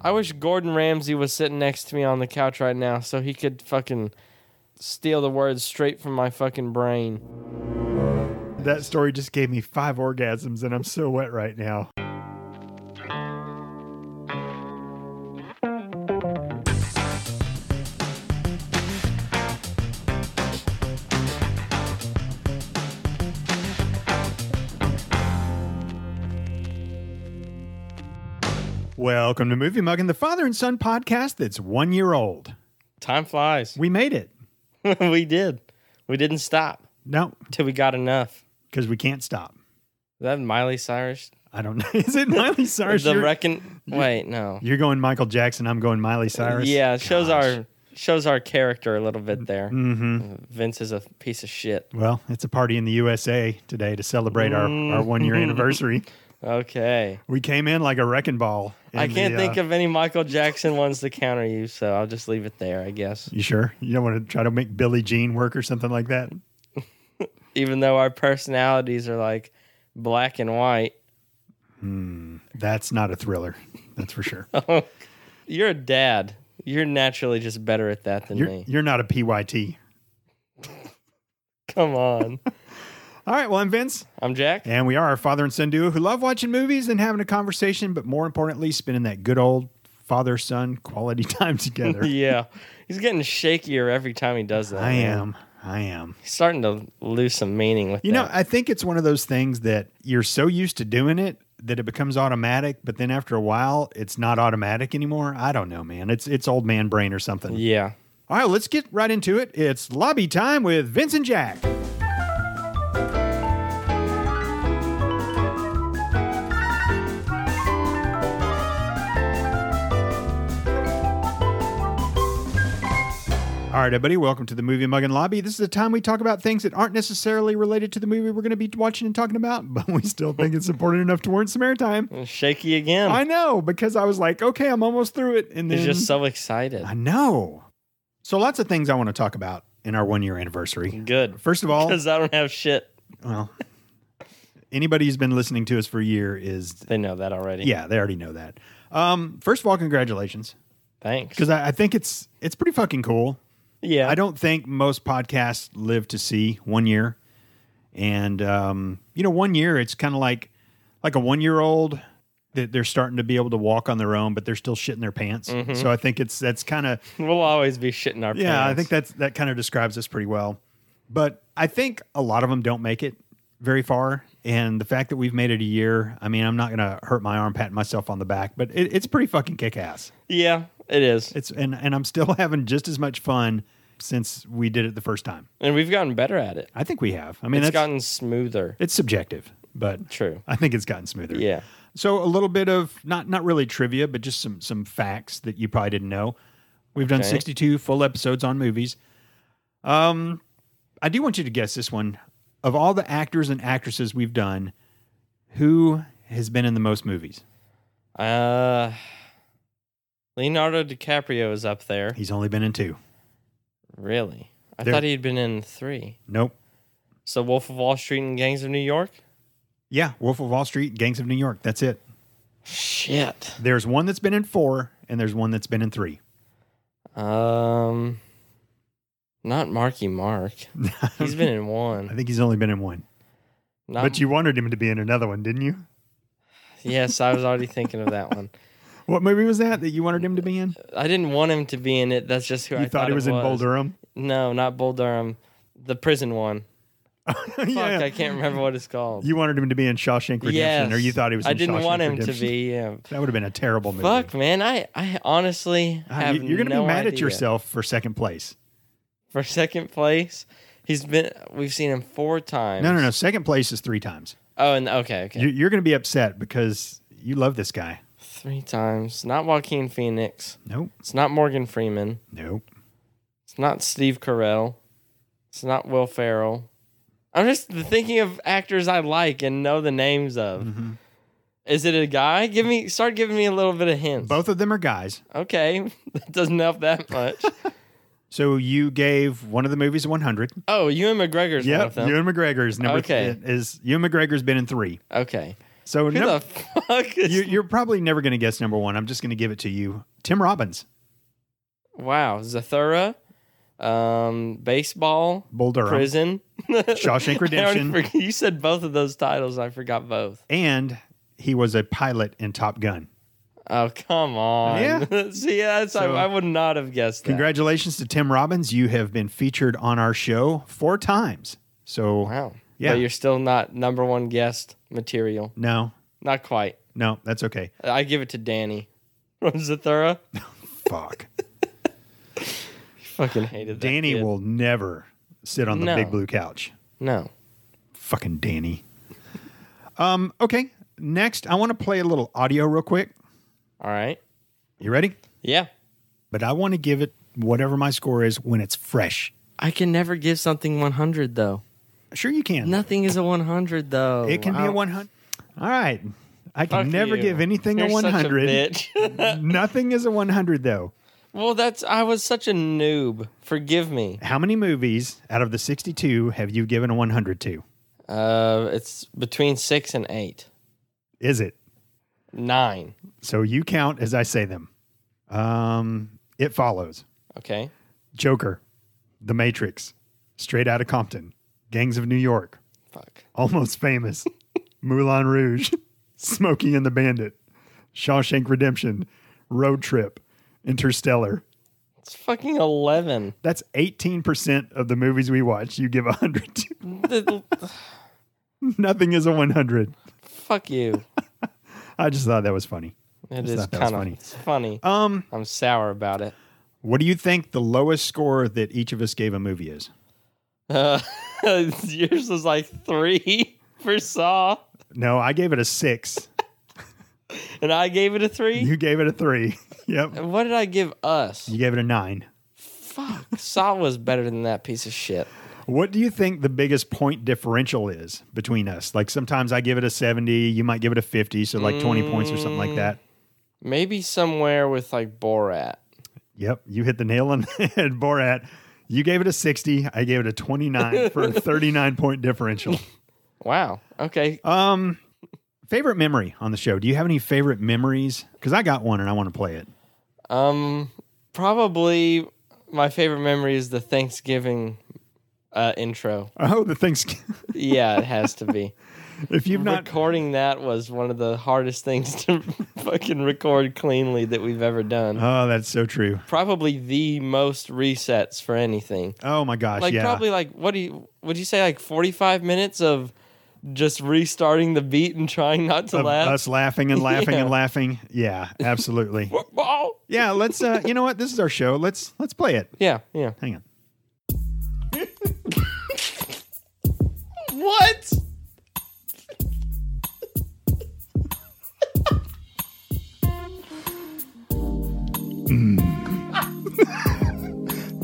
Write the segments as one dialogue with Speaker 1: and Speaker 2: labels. Speaker 1: I wish Gordon Ramsay was sitting next to me on the couch right now so he could fucking steal the words straight from my fucking brain.
Speaker 2: That story just gave me five orgasms, and I'm so wet right now. Welcome to Movie Mugging, the father and son podcast that's one year old.
Speaker 1: Time flies.
Speaker 2: We made it.
Speaker 1: we did. We didn't stop
Speaker 2: No,
Speaker 1: till we got enough.
Speaker 2: because we can't stop.
Speaker 1: Is that Miley Cyrus?
Speaker 2: I don't know. Is it Miley Cyrus?
Speaker 1: the
Speaker 2: You're-
Speaker 1: reckon. Wait, no.
Speaker 2: You're going Michael Jackson. I'm going Miley Cyrus.
Speaker 1: Yeah, it shows our shows our character a little bit there.
Speaker 2: Mm.
Speaker 1: Mm-hmm. Vince is a piece of shit.
Speaker 2: Well, it's a party in the USA today to celebrate our, our one
Speaker 1: Mm.
Speaker 2: year anniversary.
Speaker 1: Okay,
Speaker 2: We came in like a wrecking ball. uh,
Speaker 1: I can't think of any Michael Jackson ones to counter you, so I'll just leave it there, I guess.
Speaker 2: You sure? You don't want to try to make Billie Jean work or something like that?
Speaker 1: Even though our personalities are like black and white,
Speaker 2: That's not a thriller. That's for sure.
Speaker 1: you're a dad. You're naturally just better at that than
Speaker 2: You're,
Speaker 1: me.
Speaker 2: you're not a PYT.
Speaker 1: Come on,
Speaker 2: All right. Well, I'm Vince.
Speaker 1: I'm Jack.
Speaker 2: And we are our father and son duo who love watching movies and having a conversation, but more importantly, spending that good old father son quality time together.
Speaker 1: Yeah, he's getting shakier every time he does that.
Speaker 2: I
Speaker 1: man.
Speaker 2: am. I am.
Speaker 1: He's starting to lose some meaning with
Speaker 2: You know,
Speaker 1: that.
Speaker 2: I think it's one of those things that you're so used to doing it that it becomes automatic, but then after a while, it's not automatic anymore. I don't know, man. It's it's old man brain or something.
Speaker 1: yeah.
Speaker 2: All right, let's get right into it. It's lobby time with Vince and Jack. All right, everybody, welcome to the Movie Mugging Lobby. This is the time we talk about things that aren't necessarily related to the movie we're going to be watching and talking about, but we still think it's important enough to warrant some airtime.
Speaker 1: Hmm. Shaky again.
Speaker 2: I know because I was like, okay, I'm almost through it, and then
Speaker 1: He's just so excited.
Speaker 2: I know. So lots of things I want to talk about in our one year anniversary.
Speaker 1: Good.
Speaker 2: First of all,
Speaker 1: Because I don't have shit.
Speaker 2: well, anybody who's been listening to us for a year is
Speaker 1: They know that already.
Speaker 2: yeah, they already know that. Um, first of all, congratulations
Speaker 1: Thanks.
Speaker 2: because I, I think it's it's pretty fucking cool.
Speaker 1: yeah.
Speaker 2: I don't think most podcasts live to see one year, and um, you know, one year it's kind of like like a one year old that they're starting to be able to walk on their own, but they're still shitting their pants. So I think it's that's kind of
Speaker 1: We'll always be shitting our
Speaker 2: Yeah, I
Speaker 1: pants.
Speaker 2: think that's that kind of describes us pretty well. But I think a lot of them don't make it very far. And the fact that we've made it a year, I mean, I'm not gonna hurt my arm patting myself on the back, but it, it's pretty fucking kick ass.
Speaker 1: Yeah, it is.
Speaker 2: It's and and I'm still having just as much fun since we did it the first time.
Speaker 1: And we've gotten better at it.
Speaker 2: I think we have. I mean,
Speaker 1: it's
Speaker 2: that's
Speaker 1: gotten smoother.
Speaker 2: it's subjective, but
Speaker 1: True.
Speaker 2: I think it's gotten smoother.
Speaker 1: Yeah.
Speaker 2: So a little bit of not not really trivia, but just some some facts that you probably didn't know. We've done
Speaker 1: Okay.
Speaker 2: 62 full episodes on movies. Um I do want you to guess this one. Of all the actors and actresses we've done, who has been in the most movies?
Speaker 1: Uh, Leonardo DiCaprio is up there.
Speaker 2: He's only been in two.
Speaker 1: Really? I
Speaker 2: There-
Speaker 1: thought he'd been in three.
Speaker 2: Nope.
Speaker 1: So Wolf of Wall Street and Gangs of New York?
Speaker 2: Yeah, Wolf of Wall Street, Gangs of New York. That's it.
Speaker 1: Shit.
Speaker 2: There's one that's been in 4 and there's one that's been in 3.
Speaker 1: Um, not Marky Mark. He's been in
Speaker 2: I
Speaker 1: one.
Speaker 2: think he's only been in one.
Speaker 1: Not,
Speaker 2: but you wanted him to be in another one, didn't you?
Speaker 1: yes, I was already thinking of that one.
Speaker 2: What movie was that that you wanted him to be in?
Speaker 1: I didn't want him to be in it. That's just who
Speaker 2: You
Speaker 1: I
Speaker 2: thought, he was,
Speaker 1: it
Speaker 2: in Bull Durham?
Speaker 1: No, not Bull Durham. The prison one. Fuck, I can't remember what it's called.
Speaker 2: You wanted him to be in Shawshank Redemption,
Speaker 1: Yes.
Speaker 2: or you thought he was?
Speaker 1: I
Speaker 2: in
Speaker 1: didn't
Speaker 2: Shawshank
Speaker 1: want him
Speaker 2: Redemption.
Speaker 1: to be. Yeah.
Speaker 2: That would have been a terrible movie.
Speaker 1: Fuck, man. I, I honestly
Speaker 2: Uh,
Speaker 1: have.
Speaker 2: you- You're gonna
Speaker 1: no
Speaker 2: be mad at
Speaker 1: idea.
Speaker 2: yourself for second place.
Speaker 1: for second place. He's been. We've seen him four times.
Speaker 2: No, no, no. Second place is three times.
Speaker 1: Oh, and okay, okay.
Speaker 2: You- You're gonna be upset because you love this guy.
Speaker 1: Three times. Not Joaquin Phoenix.
Speaker 2: Nope,
Speaker 1: It's not Morgan Freeman.
Speaker 2: nope.
Speaker 1: It's not Steve Carell. It's not Will Ferrell. I'm just thinking of actors I like and know the names of.
Speaker 2: Mm-hmm.
Speaker 1: Is it a guy? Give me start giving me a little bit of hints.
Speaker 2: Both of them are guys.
Speaker 1: Okay, that doesn't help that much.
Speaker 2: So you gave one of the movies a 100.
Speaker 1: oh, Ewan McGregor's one of
Speaker 2: Yep,
Speaker 1: them.
Speaker 2: Ewan McGregor's number.
Speaker 1: Okay.
Speaker 2: is Ewan McGregor's been in three.
Speaker 1: Okay,
Speaker 2: So
Speaker 1: Who
Speaker 2: no,
Speaker 1: the fuck is.
Speaker 2: you, you're probably never going to guess number one. I'm just going to give it to you. Tim Robbins,
Speaker 1: wow. Zathura, um, baseball,
Speaker 2: Bull Durham,
Speaker 1: prison.
Speaker 2: Shawshank
Speaker 1: I already
Speaker 2: Redemption,
Speaker 1: forg- you said both of those titles. I forgot both.
Speaker 2: and he was a pilot in Top Gun.
Speaker 1: Oh, come on.
Speaker 2: Yeah.
Speaker 1: See, that's,
Speaker 2: So-
Speaker 1: I, I would not have guessed that.
Speaker 2: Congratulations to Tim Robbins. You have been featured on our show four times. So,
Speaker 1: Wow.
Speaker 2: Yeah.
Speaker 1: But you're still not number one guest material.
Speaker 2: no,
Speaker 1: Not quite.
Speaker 2: no, that's okay.
Speaker 1: I give it to Danny from Zathura.
Speaker 2: Fuck.
Speaker 1: Fucking hated that.
Speaker 2: Danny
Speaker 1: kid.
Speaker 2: will never sit on the
Speaker 1: No.
Speaker 2: big blue couch.
Speaker 1: No.
Speaker 2: Fucking Danny. Um, okay. Next, I want to play a little audio real quick.
Speaker 1: All right.
Speaker 2: You ready?
Speaker 1: Yeah.
Speaker 2: But I want to give it whatever my score is when it's fresh.
Speaker 1: I can never give something 100 though.
Speaker 2: Sure, you can.
Speaker 1: Nothing is a 100 though.
Speaker 2: It can be
Speaker 1: I-
Speaker 2: a 100. All right. I can
Speaker 1: Fuck
Speaker 2: never
Speaker 1: you.
Speaker 2: give anything
Speaker 1: You're
Speaker 2: a
Speaker 1: such
Speaker 2: 100.
Speaker 1: bitch.
Speaker 2: Nothing is a 100, though.
Speaker 1: well, that's I was such a noob. Forgive me.
Speaker 2: How many movies out of the 62 have you given a 100 to?
Speaker 1: Uh, it's between six and eight,
Speaker 2: Is it?
Speaker 1: nine.
Speaker 2: So you count as I say them. Um, it follows
Speaker 1: Okay.
Speaker 2: Joker, The Matrix, Straight Outta Compton, Gangs of New York,
Speaker 1: Fuck.
Speaker 2: Almost Famous, Moulin Rouge, Smokey and the Bandit, Shawshank Redemption, Road Trip, Interstellar.
Speaker 1: It's fucking eleven.
Speaker 2: That's 18% of the movies we watch. You give 100 to.
Speaker 1: The-
Speaker 2: Nothing is a 100.
Speaker 1: Fuck you.
Speaker 2: I just thought that was funny.
Speaker 1: It
Speaker 2: It's
Speaker 1: is
Speaker 2: not- that was
Speaker 1: kind of
Speaker 2: funny.
Speaker 1: funny. It's funny.
Speaker 2: Um,
Speaker 1: I'm sour about it.
Speaker 2: what do you think the lowest score that each of us gave a movie is?
Speaker 1: Uh, yours was like three for Saw,
Speaker 2: No, I gave it a 6.
Speaker 1: and I gave it a three.
Speaker 2: You gave it a 3. yep.
Speaker 1: What did I give us?
Speaker 2: You gave it a 9.
Speaker 1: Fuck. Saw was better than that piece of shit.
Speaker 2: What do you think the biggest point differential is between us? Like sometimes I give it a 70, you might give it a 50, so like 20 points or something like that.
Speaker 1: Maybe somewhere with like Borat.
Speaker 2: Yep, you hit the nail on the head, Borat. You gave it a 60, I gave it a 29 for a 39 point differential.
Speaker 1: Wow. Okay.
Speaker 2: Um, favorite memory on the show. Do you have any favorite memories? Because I got one and I want to play it.
Speaker 1: Um, probably my favorite memory is the Thanksgiving uh, intro.
Speaker 2: Oh, the things.
Speaker 1: Yeah, it has to be.
Speaker 2: if you've not,
Speaker 1: Recording that was one of the hardest things to fucking record cleanly that we've ever done.
Speaker 2: oh, that's so true.
Speaker 1: Probably the most resets for anything.
Speaker 2: Oh my gosh,
Speaker 1: Like
Speaker 2: yeah,
Speaker 1: probably like what do you would you say like 45 minutes of just restarting the beat and trying not to
Speaker 2: Of
Speaker 1: laugh.
Speaker 2: us laughing and laughing
Speaker 1: Yeah.
Speaker 2: and laughing. Yeah, absolutely.
Speaker 1: Football.
Speaker 2: yeah, let's. Uh, you know what? This is our show. Let's let's play it.
Speaker 1: Yeah, yeah.
Speaker 2: Hang on.
Speaker 1: What?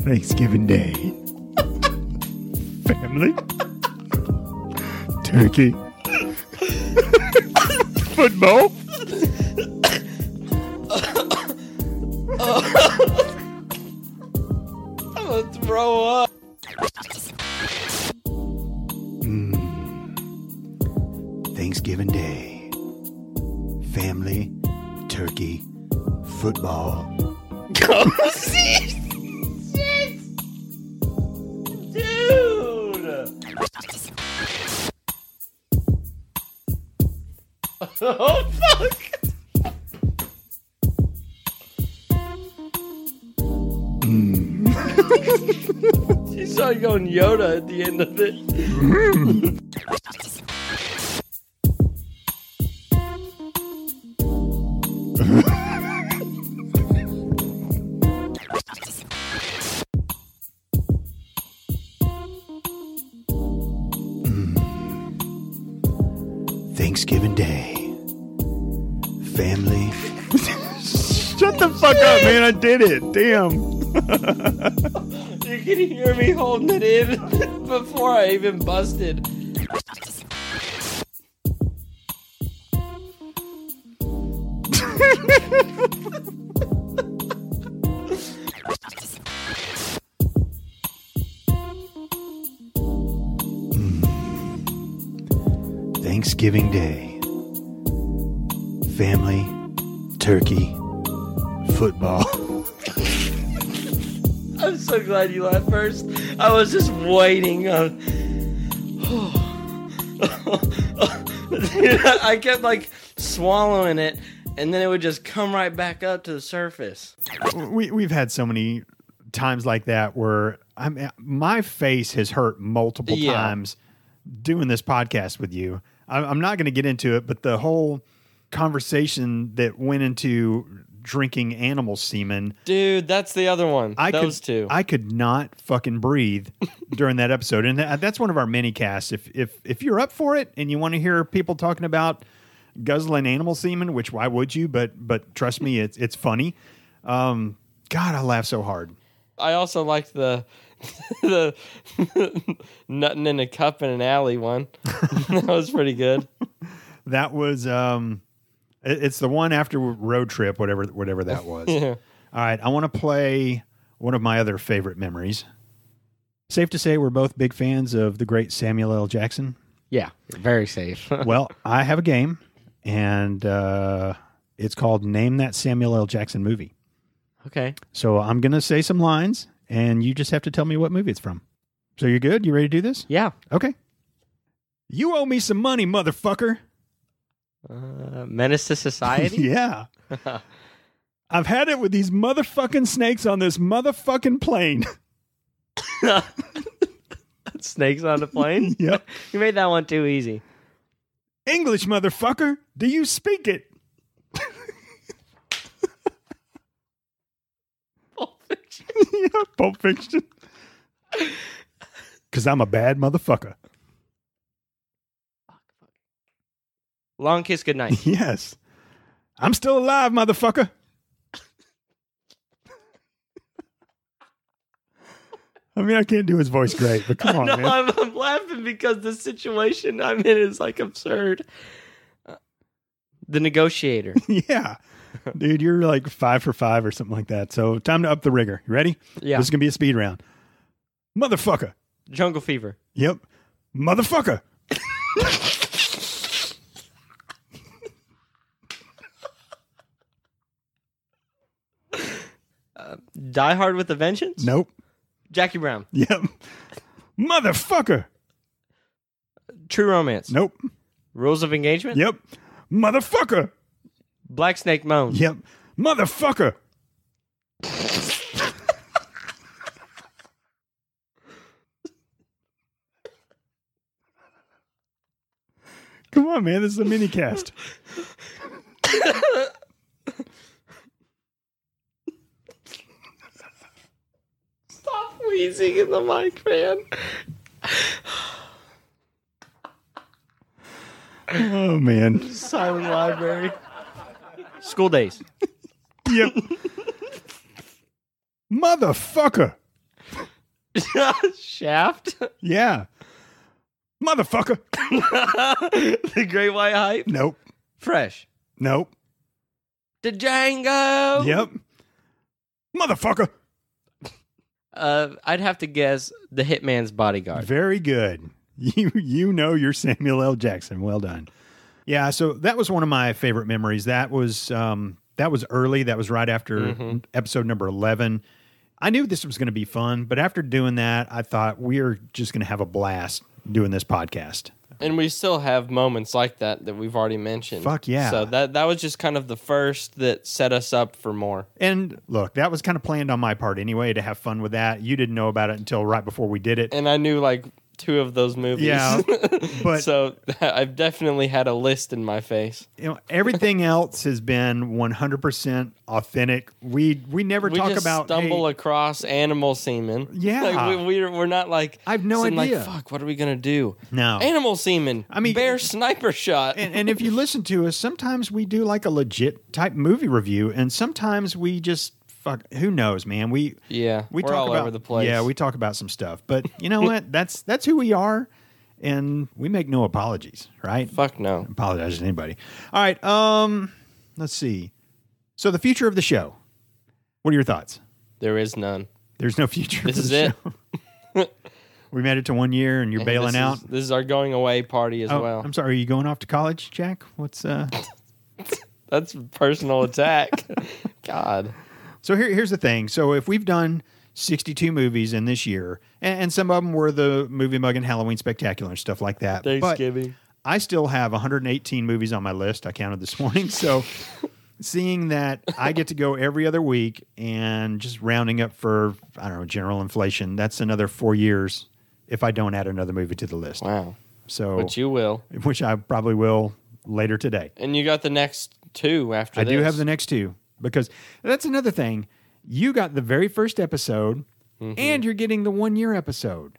Speaker 2: Thanksgiving Day. Family. Turkey. Football.
Speaker 1: I'm gonna throw up.
Speaker 2: Thanksgiving Day. Family, turkey, football.
Speaker 1: Dude. Oh fuck. she started going Yoda at the end of it.
Speaker 2: Thanksgiving Day. Family. Shut the fuck up, man. I did it. Damn.
Speaker 1: You can hear me holding it in before I even busted.
Speaker 2: Thanksgiving Day. family, turkey, football.
Speaker 1: I'm so glad you laughed first. I was just waiting on. Dude, I kept like swallowing it, and then it would just come right back up to the surface.
Speaker 2: we we've had so many times like that where I'm my face has hurt multiple
Speaker 1: Yeah.
Speaker 2: times doing this podcast with you. I, I'm not going to get into it, but the whole conversation that went into drinking animal semen.
Speaker 1: Dude, that's the other one.
Speaker 2: I
Speaker 1: Those
Speaker 2: could,
Speaker 1: two.
Speaker 2: I could not fucking breathe during that episode, and that, that's one of our mini casts. If if if you're up for it and you want to hear people talking about guzzling animal semen, which why would you? But but trust me, it's it's funny. Um, God, I laugh so hard.
Speaker 1: I also liked the the nutting in a cup in an alley one. that was pretty good.
Speaker 2: That was um, it- it's the one after road trip, whatever whatever that was.
Speaker 1: Yeah.
Speaker 2: All right, I want to play one of my other favorite memories. Safe to say, we're both big fans of the great Samuel L. Jackson.
Speaker 3: Yeah, very safe.
Speaker 2: well, I have a game, and uh, it's called Name That Samuel L. Jackson Movie.
Speaker 3: okay.
Speaker 2: So I'm going to say some lines, and you just have to tell me what movie it's from. So you're good? You ready to do this?
Speaker 3: Yeah.
Speaker 2: Okay. You owe me some money, motherfucker.
Speaker 3: Uh, menace to society.
Speaker 2: yeah. I've had it with these motherfucking snakes on this motherfucking plane.
Speaker 3: Snakes on a plane.
Speaker 2: yep.
Speaker 3: you made that one too easy.
Speaker 2: English, motherfucker. Do you speak it? yeah, Pulp Fiction. Because I'm a bad motherfucker.
Speaker 3: Long kiss, goodnight.
Speaker 2: Yes. I'm still alive, motherfucker. I mean, I can't do his voice great, but come on,
Speaker 1: no,
Speaker 2: man.
Speaker 1: I'm, I'm laughing because the situation I'm in is like absurd.
Speaker 3: Uh, The negotiator.
Speaker 2: yeah. Dude, you're like five for five or something like that. So, time to up the rigor. You ready?
Speaker 3: Yeah.
Speaker 2: This is going to be a speed round. Motherfucker.
Speaker 3: Jungle fever.
Speaker 2: Yep. Motherfucker.
Speaker 3: Die Hard with a Vengeance.
Speaker 2: Nope.
Speaker 3: Jackie Brown.
Speaker 2: Yep. Motherfucker.
Speaker 3: True Romance.
Speaker 2: Nope.
Speaker 3: Rules of Engagement.
Speaker 2: Yep. Motherfucker.
Speaker 3: Black Snake Moan.
Speaker 2: Yep. Motherfucker. Come on, man. This is a mini cast.
Speaker 1: Stop wheezing in the mic, man.
Speaker 2: Oh, man.
Speaker 1: Silent library.
Speaker 3: School Days.
Speaker 2: Yep. Motherfucker.
Speaker 3: Shaft.
Speaker 2: Yeah. Motherfucker.
Speaker 3: the Great White Hype.
Speaker 2: Nope.
Speaker 3: Fresh.
Speaker 2: Nope.
Speaker 3: The Django.
Speaker 2: Yep. Motherfucker.
Speaker 3: Uh, I'd have to guess the Hitman's Bodyguard.
Speaker 2: Very good. You you know you're Samuel L. Jackson. Well done. Yeah, so that was one of my favorite memories. That was um that was early. That was right after
Speaker 1: Mhm.
Speaker 2: episode number 11. I knew this was going to be fun, but after doing that, I thought we're just going to have a blast doing this podcast.
Speaker 1: And we still have moments like that that we've already mentioned.
Speaker 2: Fuck yeah.
Speaker 1: So that that was just kind of the first that set us up for more.
Speaker 2: And look, that was kind of planned on my part anyway to have fun with that. You didn't know about it until right before we did it.
Speaker 1: And I knew like two of those movies.
Speaker 2: Yeah, but-
Speaker 1: so I've definitely had a list in my face.
Speaker 2: you know, everything else has been 100% authentic. We we never
Speaker 1: We
Speaker 2: talk
Speaker 1: just
Speaker 2: about
Speaker 1: stumble
Speaker 2: hey,
Speaker 1: across animal semen.
Speaker 2: Yeah.
Speaker 1: like, we, we're we're not like
Speaker 2: I have no
Speaker 1: sitting
Speaker 2: idea.
Speaker 1: Like, Fuck, what are we gonna do?
Speaker 2: No.
Speaker 1: animal semen.
Speaker 2: I mean-
Speaker 1: bear sniper shot.
Speaker 2: and, and if you listen to us, sometimes we do like a legit type movie review, and sometimes we just fuck. Who knows, man? We
Speaker 1: yeah,
Speaker 2: we
Speaker 1: we're
Speaker 2: talk
Speaker 1: all
Speaker 2: about,
Speaker 1: over the place.
Speaker 2: Yeah, we talk about some stuff, but you know what? That's that's who we are, and we make no apologies, right?
Speaker 1: fuck no.
Speaker 2: Apologize to anybody. All right. Um, let's see. So the future of the show. What are your thoughts?
Speaker 1: There is none.
Speaker 2: There's no future.
Speaker 1: This
Speaker 2: for
Speaker 1: is
Speaker 2: the
Speaker 1: it.
Speaker 2: Show. we made it to one year, and you're
Speaker 1: And
Speaker 2: bailing
Speaker 1: this
Speaker 2: out.
Speaker 1: Is, this is our going away party as
Speaker 2: Oh,
Speaker 1: well.
Speaker 2: I'm sorry. Are you going off to college, Jack? What's uh?
Speaker 1: That's personal attack. God.
Speaker 2: So here, here's the thing. So if we've done 62 movies in this year, and, and some of them were the movie mug and Halloween spectacular and stuff like that. but
Speaker 1: Thanksgiving.
Speaker 2: I still have 118 movies on my list. I counted this morning. So seeing that I get to go every other week and just rounding up for, I don't know, general inflation, that's another four years if I don't add another movie to the list.
Speaker 1: wow.
Speaker 2: So,
Speaker 1: But you will.
Speaker 2: which I probably will later today.
Speaker 1: And you got the next two after
Speaker 2: I
Speaker 1: this.
Speaker 2: do have the next two because that's another thing. You got the very first episode
Speaker 1: Mm-hmm.
Speaker 2: and you're getting the one year episode.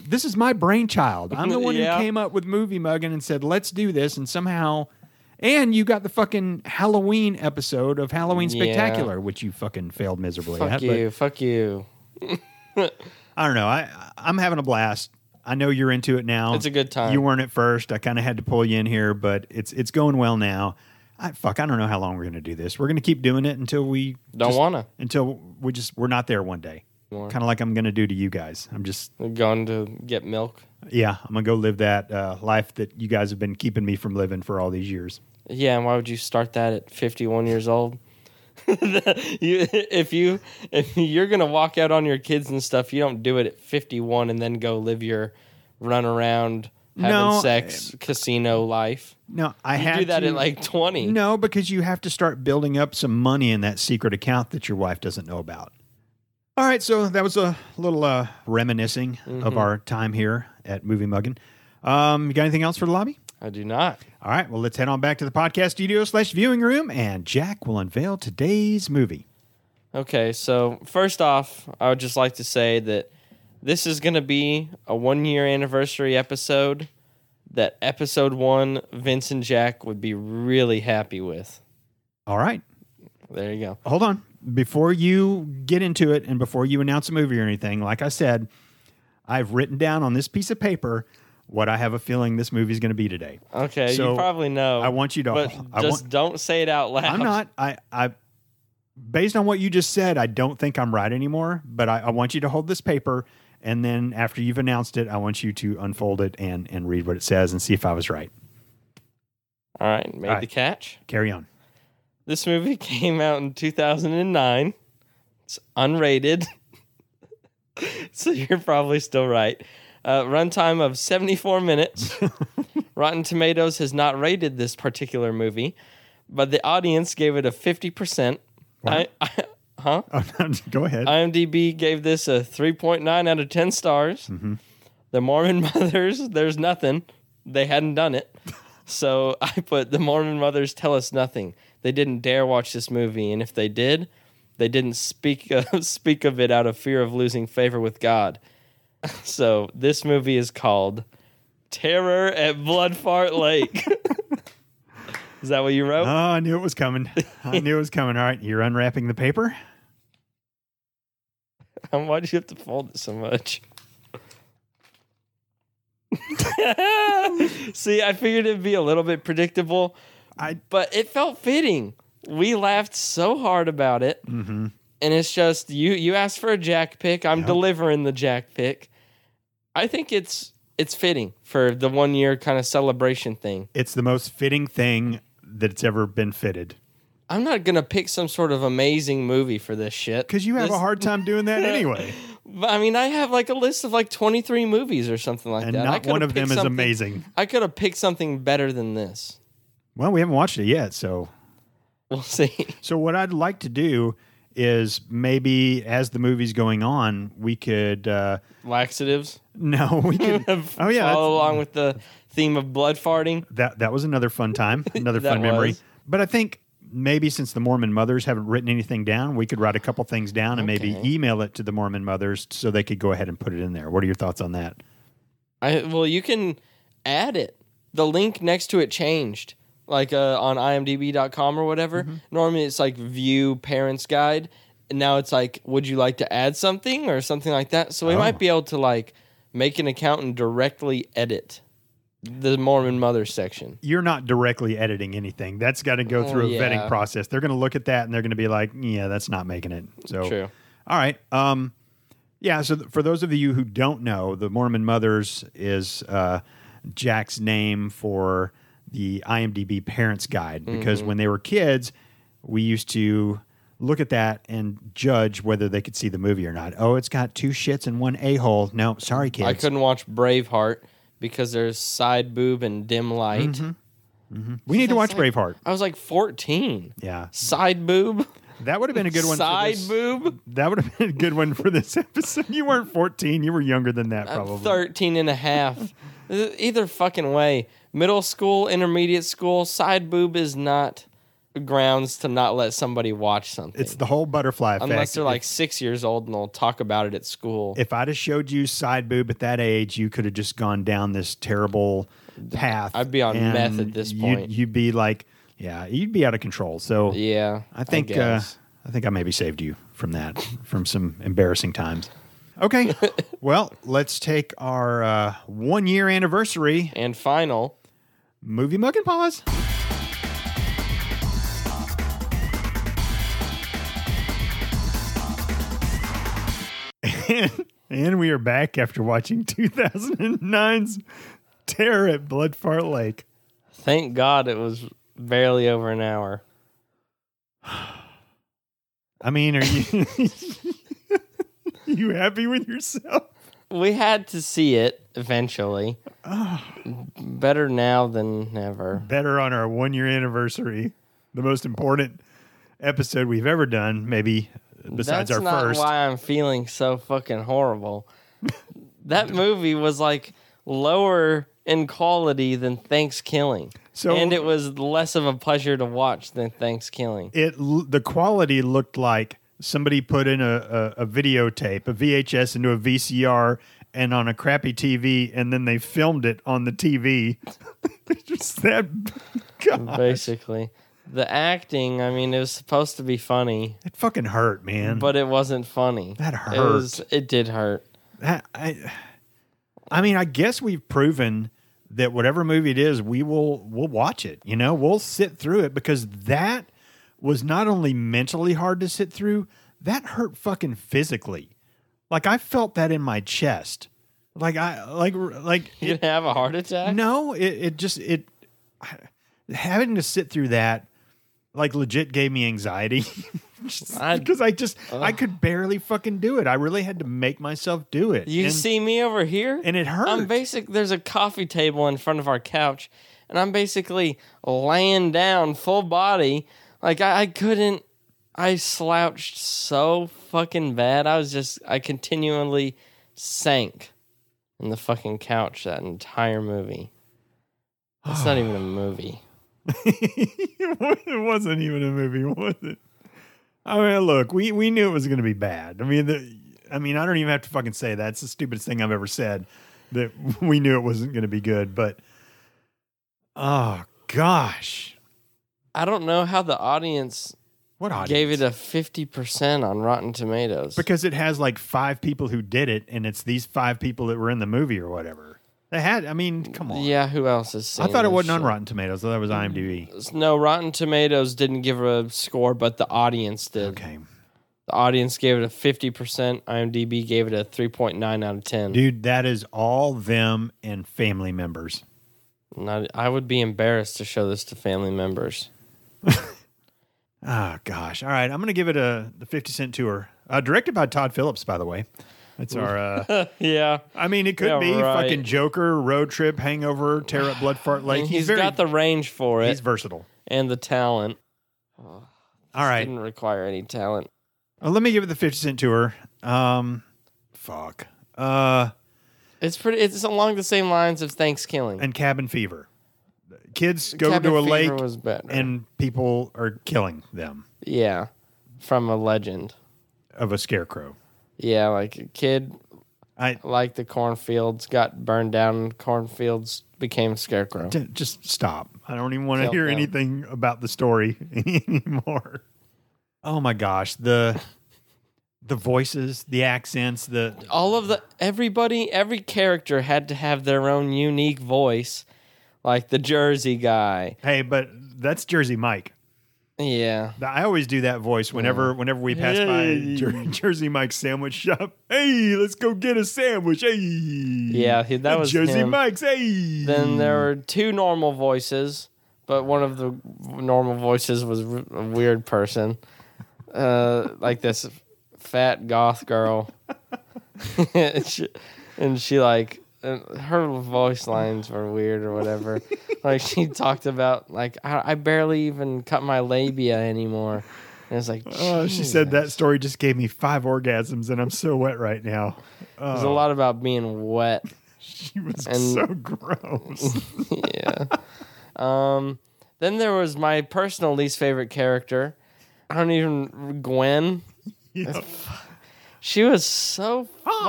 Speaker 2: This is my brainchild. I'm the one
Speaker 1: Yeah.
Speaker 2: who came up with Movie Muggin and said, let's do this. And somehow, and you got the fucking Halloween episode of Halloween
Speaker 1: Yeah.
Speaker 2: Spectacular, which you fucking failed miserably
Speaker 1: Fuck
Speaker 2: at. but
Speaker 1: you. Fuck you.
Speaker 2: I don't know. I, I'm having a blast. I know you're into it now.
Speaker 1: It's a good time.
Speaker 2: You weren't at first. I kind of had to pull you in here, but it's it's going well now. I, fuck, I don't know how long we're going to do this. We're going to keep doing it until we
Speaker 1: Don't
Speaker 2: just-
Speaker 1: wanna.
Speaker 2: until we just we're not there one day.
Speaker 1: More.
Speaker 2: Kind of like I'm going to do to you guys. I'm just
Speaker 1: We're going to get milk.
Speaker 2: yeah. I'm going to go live that uh, life that you guys have been keeping me from living for all these years.
Speaker 1: Yeah, and why would you start that at 51 years old? you, if you if you're gonna walk out on your kids and stuff, you don't do it at 51 and then go live your run around having
Speaker 2: No, eh,
Speaker 1: sex casino life.
Speaker 2: No, I
Speaker 1: You
Speaker 2: had
Speaker 1: do that
Speaker 2: to,
Speaker 1: at like 20.
Speaker 2: No, because you have to start building up some money in that secret account that your wife doesn't know about. All right, so that was a little uh, reminiscing of our time here at Movie Muggin. Um, you got anything else for the lobby?
Speaker 1: I do not.
Speaker 2: All right, well, let's head on back to the podcast studio slash viewing room, and Jack will unveil today's movie.
Speaker 1: Okay, so first off, I would just like to say that this is going to be a one year anniversary episode that episode one, Vince and Jack would be really happy with.
Speaker 2: All right,
Speaker 1: There you go.
Speaker 2: hold on. Before you get into it and before you announce a movie or anything, like I said, I've written down on this piece of paper what I have a feeling this movie is going to be today.
Speaker 1: Okay,
Speaker 2: So,
Speaker 1: you probably know.
Speaker 2: I want you to-
Speaker 1: But
Speaker 2: I
Speaker 1: just
Speaker 2: want-
Speaker 1: don't say it out loud.
Speaker 2: I'm not. I, I, based on what you just said, I don't think I'm right anymore. But I, I want you to hold this paper, and then after you've announced it, I want you to unfold it and and read what it says and see if I was right.
Speaker 1: All right, made
Speaker 2: All right.
Speaker 1: the catch.
Speaker 2: Carry on.
Speaker 1: This movie came out in 2009. It's unrated. so you're probably still right. Uh, runtime of 74 minutes. Rotten Tomatoes has not rated this particular movie, but the audience gave it a 50%. I, I, huh?
Speaker 2: Oh, Go
Speaker 1: Uh,
Speaker 2: ahead.
Speaker 1: IMDb gave this a 3.9 out of 10 stars. The Mormon Mothers, there's nothing. They hadn't done it. So I put The Mormon Mothers tell us nothing. They didn't dare watch this movie. And if they did, they didn't speak, uh, speak of it out of fear of losing favor with God. So this movie is called Terror at Bloodfart Lake. is that what you wrote?
Speaker 2: oh, I knew it was coming. I knew it was coming. All right, you're unwrapping the paper.
Speaker 1: Um, why do you have to fold it so much? See, I figured it'd be a little bit predictable,
Speaker 2: I
Speaker 1: but it felt fitting. We laughed so hard about it,
Speaker 2: Mm-hmm.
Speaker 1: and it's just you. You asked for a jack pick. I'm delivering the jack pick. I think it's it's fitting for the one year kind of celebration thing.
Speaker 2: it's the most fitting thing that's ever been fitted.
Speaker 1: I'm not gonna pick some sort of amazing movie for this shit
Speaker 2: Because you have a
Speaker 1: This-
Speaker 2: hard time doing that anyway,
Speaker 1: But I mean, I have like a list of like 23 movies or something like
Speaker 2: and
Speaker 1: that. I
Speaker 2: not
Speaker 1: could've
Speaker 2: one of them
Speaker 1: picked
Speaker 2: is
Speaker 1: something-
Speaker 2: amazing.
Speaker 1: I could have picked something better than this.
Speaker 2: Well, we haven't watched it yet, so
Speaker 1: We'll see.
Speaker 2: So what I'd like to do is maybe as the movie's going on, we could uh
Speaker 1: Laxatives.
Speaker 2: no, we could Oh yeah,
Speaker 1: Follow
Speaker 2: that's-
Speaker 1: along with the theme of blood farting.
Speaker 2: that that was another fun time, another
Speaker 1: That
Speaker 2: fun memory.
Speaker 1: was.
Speaker 2: But I think maybe since the Mormon mothers haven't written anything down, we could write a couple things down and
Speaker 1: Okay.
Speaker 2: maybe email it to the Mormon mothers so they could go ahead and put it in there. What are your thoughts on that?
Speaker 1: I well, you can add it. The link next to it changed, like uh, on IMDb.com or whatever.
Speaker 2: Mm-hmm.
Speaker 1: Normally, it's like view parents guide, and now it's like, would you like to add something or something like that? So we
Speaker 2: Oh.
Speaker 1: might be able to like make an account and directly edit the Mormon mother section.
Speaker 2: You're not directly editing anything. That's got to go
Speaker 1: Oh,
Speaker 2: through a
Speaker 1: yeah.
Speaker 2: vetting process. They're going to look at that and they're going to be like, "Yeah, that's not making it." So
Speaker 1: True.
Speaker 2: All right. Um, yeah. So th- for those of you who don't know, the Mormon Mothers is uh, Jack's name for the IMDb Parents Guide because
Speaker 1: Mm-hmm.
Speaker 2: when they were kids, we used to look at that and judge whether they could see the movie or not. Oh, it's got two shits and one a hole. No, sorry, kids.
Speaker 1: I couldn't watch Braveheart because there's side boob and dim light.
Speaker 2: Mm-hmm. we need to watch Braveheart.
Speaker 1: I was like 14.
Speaker 2: Yeah,
Speaker 1: Side boob?
Speaker 2: that would have been a good one.
Speaker 1: Side
Speaker 2: for this.
Speaker 1: boob?
Speaker 2: That would have been a good one for this episode. You weren't 14. You were younger than that,
Speaker 1: I'm
Speaker 2: probably.
Speaker 1: 13 and a half. Either fucking way, middle school, intermediate school, side boob is not grounds to not let somebody watch something.
Speaker 2: It's the whole butterfly effect.
Speaker 1: Unless they're
Speaker 2: If-
Speaker 1: like six years old and they'll talk about it at school.
Speaker 2: if I'd have showed you side boob at that age, you could have just gone down this terrible path.
Speaker 1: I'd be on
Speaker 2: and
Speaker 1: meth at this
Speaker 2: you'd-
Speaker 1: point.
Speaker 2: You'd, be like, yeah, you'd be out of control. So
Speaker 1: yeah.
Speaker 2: I think I, uh,
Speaker 1: guess.
Speaker 2: I think I maybe saved you from that, from some embarrassing times. Okay, well, let's take our uh, one year anniversary
Speaker 1: and final.
Speaker 2: movie mug and pause. and we are back after watching 2009's Terror at Blood Fart Lake.
Speaker 1: Thank God it was barely over an hour.
Speaker 2: I mean, are you you happy with yourself?
Speaker 1: We had to see it eventually. Better now than never.
Speaker 2: Better on our one year anniversary, the most important episode we've ever done, maybe besides
Speaker 1: That's
Speaker 2: our
Speaker 1: not
Speaker 2: first.
Speaker 1: why I'm feeling so fucking horrible. that movie was like lower in quality than Thanksgiving.
Speaker 2: So-
Speaker 1: and it was less of a pleasure to watch than Thanksgiving.
Speaker 2: it l- the quality looked like somebody put in a, a, a videotape, a VHS into a VCR, and on a crappy TV, and then they filmed it on the TV. It's just that God,
Speaker 1: Basically, the acting, I mean, it was supposed to be funny,
Speaker 2: it fucking hurt, man.
Speaker 1: but it wasn't funny.
Speaker 2: Mm. That
Speaker 1: It was it did hurt.
Speaker 2: I, I, I mean, I guess we've proven that whatever movie it is, we will we'll watch it. You know, we'll sit through it because that was not only mentally hard to sit through, that hurt fucking physically. Like I felt that in my chest. Like I like like
Speaker 1: You didn't have a heart attack?
Speaker 2: no, it, it just it I- having to sit through that like legit gave me anxiety
Speaker 1: I-
Speaker 2: because I just I could barely fucking do it. I really had to make myself do it.
Speaker 1: You
Speaker 2: And-
Speaker 1: see me over here?
Speaker 2: and it hurt.
Speaker 1: I'm basic there's a coffee table in front of our couch and I'm basically laying down full body. Like I, I couldn't I slouched so fucking bad. I was just I continually sank in the fucking couch that entire movie. It's not even a movie.
Speaker 2: it wasn't even a movie, was it? I mean, look, we, we knew it was going to be bad. I mean, the, I mean, I don't even have to fucking say that. It's the stupidest thing I've ever said. That we knew it wasn't going to be good, but oh gosh,
Speaker 1: I don't know how the audience
Speaker 2: what audience?
Speaker 1: gave it a 50% on Rotten Tomatoes.
Speaker 2: because it has like five people who did it, and it's these five people that were in the movie or whatever. They had. I mean, come on.
Speaker 1: yeah, who else is
Speaker 2: I thought it wasn't on Rotten Tomatoes. I thought it was IMDb.
Speaker 1: No, Rotten Tomatoes didn't give a score, but the audience did.
Speaker 2: Okay,
Speaker 1: The audience gave it a 50%. IMDb gave it a 3.9 out of 10.
Speaker 2: dude, that is all them and family members.
Speaker 1: Not, I would be embarrassed to show this to family members.
Speaker 2: Oh gosh! All right, I'm going to give it a the 50 Cent tour. Uh, directed by Todd Phillips, by the way. That's our. Uh,
Speaker 1: Yeah.
Speaker 2: I mean, it could
Speaker 1: Yeah,
Speaker 2: be
Speaker 1: right.
Speaker 2: fucking Joker, Road Trip, Hangover, Tear Up, Blood Fart Lake.
Speaker 1: and
Speaker 2: he's
Speaker 1: he's
Speaker 2: very
Speaker 1: got the range for
Speaker 2: he's
Speaker 1: it
Speaker 2: versatile.
Speaker 1: and the talent.
Speaker 2: All right,
Speaker 1: Didn't require any talent.
Speaker 2: Uh, let me give it the 50 Cent tour. Um, fuck. Uh,
Speaker 1: It's pretty. It's along the same lines of Thanksgiving.
Speaker 2: and Cabin Fever. Kids go
Speaker 1: Cabin
Speaker 2: to a
Speaker 1: Fever
Speaker 2: lake,
Speaker 1: was better.
Speaker 2: and people are killing them
Speaker 1: yeah, from a legend.
Speaker 2: of a scarecrow.
Speaker 1: Yeah, like a kid
Speaker 2: I
Speaker 1: like the cornfields got burned down. Cornfields became scarecrow.
Speaker 2: d- just stop. I don't even want to
Speaker 1: Felt
Speaker 2: hear
Speaker 1: that.
Speaker 2: anything about the story anymore. Oh my gosh, the the voices, the accents, the
Speaker 1: All of the everybody, every character had to have their own unique voice, like the Jersey guy.
Speaker 2: hey, but that's Jersey Mike.
Speaker 1: Yeah.
Speaker 2: I always do that voice whenever whenever we pass by
Speaker 1: Oh. Hey.
Speaker 2: Jer- Jersey Mike's sandwich shop. Hey, let's go get a sandwich. Hey,
Speaker 1: Yeah, he- that
Speaker 2: At
Speaker 1: was
Speaker 2: Jersey
Speaker 1: him.
Speaker 2: Mike's. Hey,
Speaker 1: Then there were two normal voices, but one of the normal voices was r- a weird person, uh, like this fat goth girl, and, she, and she like and her voice lines were weird or whatever. like she talked about like I, I barely even cut my labia anymore. And it's like
Speaker 2: Oh, she
Speaker 1: Jesus.
Speaker 2: said that story just gave me five orgasms, and I'm so wet right now.
Speaker 1: There's a
Speaker 2: Oh,
Speaker 1: lot about being wet.
Speaker 2: she was
Speaker 1: and-
Speaker 2: so gross.
Speaker 1: yeah. Um, then there was my personal least favorite character. I don't even Gwen.
Speaker 2: Yeah.
Speaker 1: She was so
Speaker 2: Oh,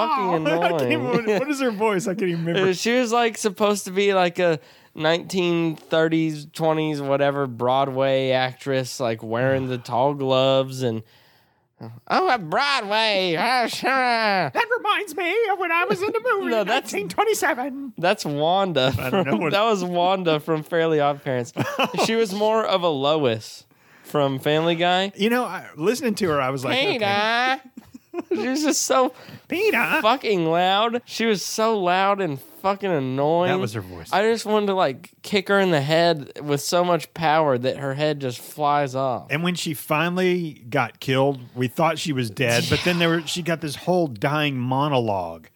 Speaker 1: fucking
Speaker 2: I can't even-
Speaker 1: annoying.
Speaker 2: what is her voice? I can't even remember.
Speaker 1: she was like supposed to be like a 1930s, 20s, whatever Broadway actress, like wearing the tall gloves and oh, at Broadway. ah, sure.
Speaker 2: That reminds me of when I was in the movie
Speaker 1: No,
Speaker 2: in
Speaker 1: that's-
Speaker 2: 1927.
Speaker 1: That's Wanda.
Speaker 2: I don't know
Speaker 1: from-
Speaker 2: what-
Speaker 1: that was Wanda from Fairly Odd Parents. she was more of a Lois from Family Guy.
Speaker 2: You know, I, listening to her, I was like, okay,
Speaker 1: Peter. she was just so
Speaker 2: Peter.
Speaker 1: fucking loud. She was so loud and fucking annoying.
Speaker 2: That was her voice.
Speaker 1: I just wanted to like kick her in the head with so much power that her head just flies off.
Speaker 2: And when she finally got killed, we thought she was dead, but then there were, she got this whole dying monologue.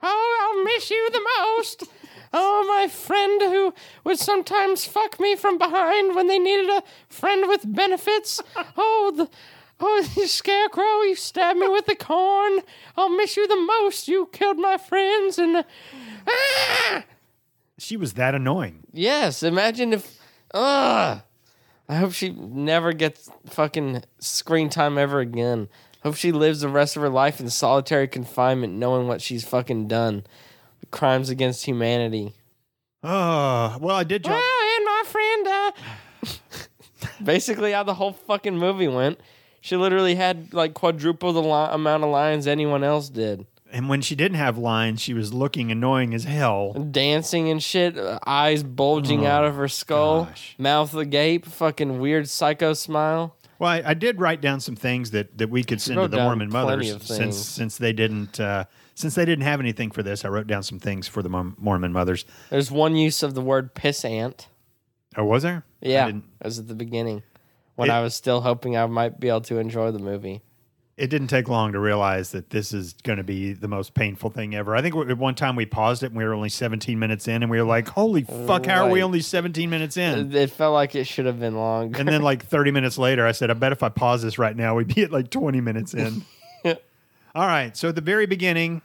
Speaker 1: Oh, I'll miss you the most. Oh, my friend who would sometimes fuck me from behind when they needed a friend with benefits. Oh, the. Oh, you scarecrow, you stabbed me with the corn. I'll miss you the most. You killed my friends and. uh, Ah!
Speaker 2: She was that annoying.
Speaker 1: Yes, imagine if. Ugh. I hope she never gets fucking screen time ever again. Hope she lives the rest of her life in solitary confinement, knowing what she's fucking done. Crimes against humanity.
Speaker 2: Oh, well, I did drop.
Speaker 1: Well, and my friend, uh, basically how the whole fucking movie went. She literally had like quadruple the li- amount of lines anyone else did.
Speaker 2: And when she didn't have lines, she was looking annoying as hell.
Speaker 1: dancing and shit, uh, eyes bulging out of her skull,
Speaker 2: gosh.
Speaker 1: mouth agape, fucking weird psycho smile.
Speaker 2: Well, I, I did write down some things that, that we could send to
Speaker 1: wrote
Speaker 2: the
Speaker 1: down
Speaker 2: Mormon
Speaker 1: plenty
Speaker 2: mothers
Speaker 1: of
Speaker 2: since
Speaker 1: things.
Speaker 2: since they didn't uh, since they didn't have anything for this. I wrote down some things for the Mor- Mormon mothers.
Speaker 1: There's one use of the word pissant.
Speaker 2: Oh, was there? I
Speaker 1: Yeah, it
Speaker 2: didn't-
Speaker 1: was at the beginning when
Speaker 2: It-
Speaker 1: I was still hoping I might be able to enjoy the movie.
Speaker 2: it didn't take long to realize that this is going to be the most painful thing ever. I think w- at one time we paused it and we were only 17 minutes in and we were like, holy fuck, how are we
Speaker 1: Right.
Speaker 2: only 17 minutes
Speaker 1: It
Speaker 2: in?
Speaker 1: it felt like it should have been long.
Speaker 2: And then like 30 minutes later, I said, I bet if I pause this right now, we'd be at like 20 minutes in. All right. So at the very beginning,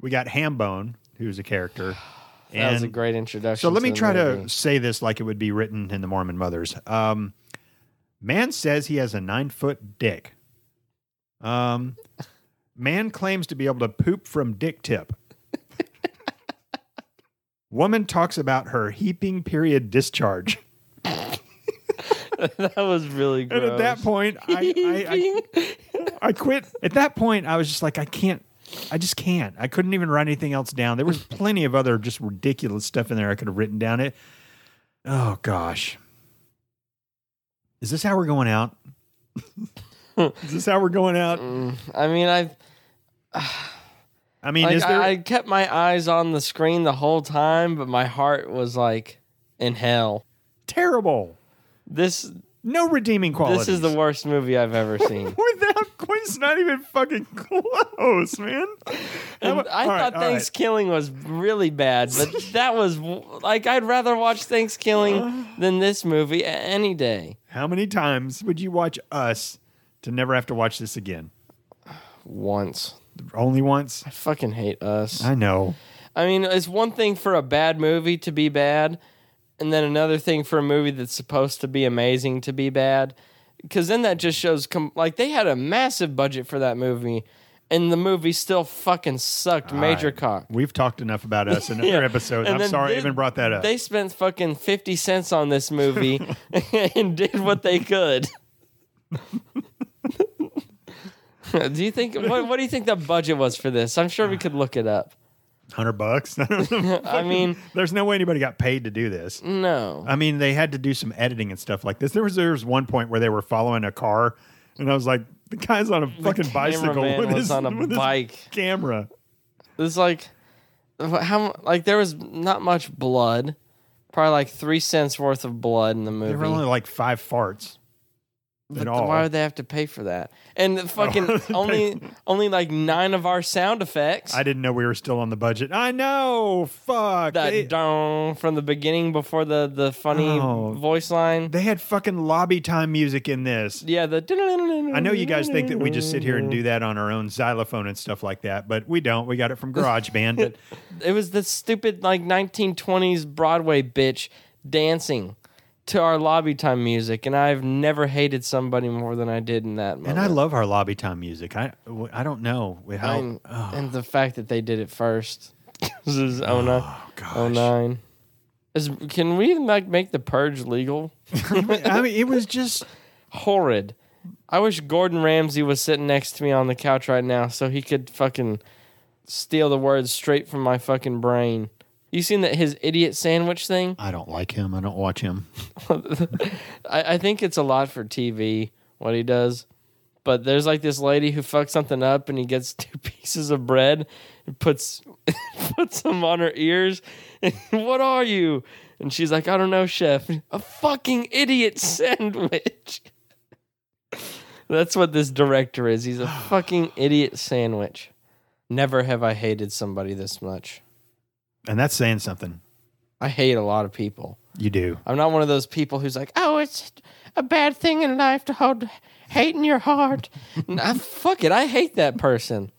Speaker 2: we got Hambone, who's a character.
Speaker 1: that was a
Speaker 2: And-
Speaker 1: great introduction.
Speaker 2: so let me
Speaker 1: the
Speaker 2: try to
Speaker 1: movie.
Speaker 2: say this like it would be written in the Mormon Mothers. Um, man says he has a nine foot dick. Um, man claims to be able to poop from dick tip. Woman talks about her heaping period discharge.
Speaker 1: that was really gross.
Speaker 2: And at that point, I, I, I, I quit. At that point, I was just like, I can't. I just can't. I couldn't even write anything else down. There was plenty of other just ridiculous stuff in there I could have written down. It. Oh gosh. Is this how we're going out? is this how we're going out?
Speaker 1: Mm, I mean, I
Speaker 2: I mean,
Speaker 1: like,
Speaker 2: is there?
Speaker 1: I, I kept my eyes on the screen the whole time, but my heart was like in hell.
Speaker 2: terrible.
Speaker 1: This
Speaker 2: No redeeming qualities.
Speaker 1: This is the worst movie I've ever seen.
Speaker 2: Without it's not even fucking close, man.
Speaker 1: And I thought Thanksgiving was really bad, but that was like I'd rather watch Thanksgiving than this movie a- any day.
Speaker 2: How many times would you watch us to never have to watch this again?
Speaker 1: Once.
Speaker 2: Only once?
Speaker 1: I fucking hate us.
Speaker 2: I know.
Speaker 1: I mean, it's one thing for a bad movie to be bad, and then another thing for a movie that's supposed to be amazing to be bad. Because then that just shows, com- like, they had a massive budget for that movie, and the movie still fucking sucked major cock.
Speaker 2: We've talked enough about us in other
Speaker 1: And
Speaker 2: episodes. Oh, I'm
Speaker 1: then
Speaker 2: sorry I
Speaker 1: they-
Speaker 2: even brought that up.
Speaker 1: They spent fucking 50 cents on this movie and did what they could. do you think what, what do you think the budget was for this? I'm sure we could look it up.
Speaker 2: hundred bucks. I don't know.
Speaker 1: I mean,
Speaker 2: There's no way anybody got paid to do this.
Speaker 1: no.
Speaker 2: I mean, they had to do some editing and stuff like this. There was there was one point where they were following a car, and I was like, the guy's on a fucking bicycle
Speaker 1: cameraman
Speaker 2: with
Speaker 1: was
Speaker 2: his
Speaker 1: on a
Speaker 2: with his
Speaker 1: bike.
Speaker 2: camera.
Speaker 1: It's like how like there was not much blood, probably like three cents worth of blood in the movie.
Speaker 2: There were only like five farts.
Speaker 1: But
Speaker 2: at
Speaker 1: th-
Speaker 2: all. Oh,
Speaker 1: Why would they have to pay for that? And the fucking
Speaker 2: they
Speaker 1: only only like nine of our sound effects.
Speaker 2: I didn't know we were still on the budget. I know. Fuck.
Speaker 1: that
Speaker 2: They,
Speaker 1: dong from the beginning before the the funny
Speaker 2: Oh.
Speaker 1: voice line.
Speaker 2: they had fucking lobby time music in this.
Speaker 1: yeah, the.
Speaker 2: I know you guys think that we just sit here and do that on our own xylophone and stuff like that, but we don't. We got it from GarageBand. But
Speaker 1: It was the stupid like 1920s Broadway bitch dancing to our lobby time music, and I've never hated somebody more than I did in that moment.
Speaker 2: and I love our lobby time music. I I don't know how.
Speaker 1: And,
Speaker 2: Oh,
Speaker 1: and the fact that they did it first. this is 09.
Speaker 2: Oh, gosh.
Speaker 1: 09. Is, can we like make the purge legal?
Speaker 2: I mean, it was just
Speaker 1: Horrid. I wish Gordon Ramsay was sitting next to me on the couch right now so he could fucking steal the words straight from my fucking brain. You seen that his idiot sandwich thing?
Speaker 2: I don't like him. I don't watch him.
Speaker 1: I, I think it's a lot for TV what he does. But there's like this lady who fucks something up and he gets two pieces of bread and puts puts them on her ears. And what are you? And she's like, I don't know, chef. A fucking idiot sandwich. That's what this director is. He's a fucking idiot sandwich. Never have I hated somebody this much.
Speaker 2: And that's saying something.
Speaker 1: I hate a lot of people.
Speaker 2: You do.
Speaker 1: I'm not one of those people who's like, oh, it's a bad thing in life to hold hate in your heart. nah, fuck it. I hate that person.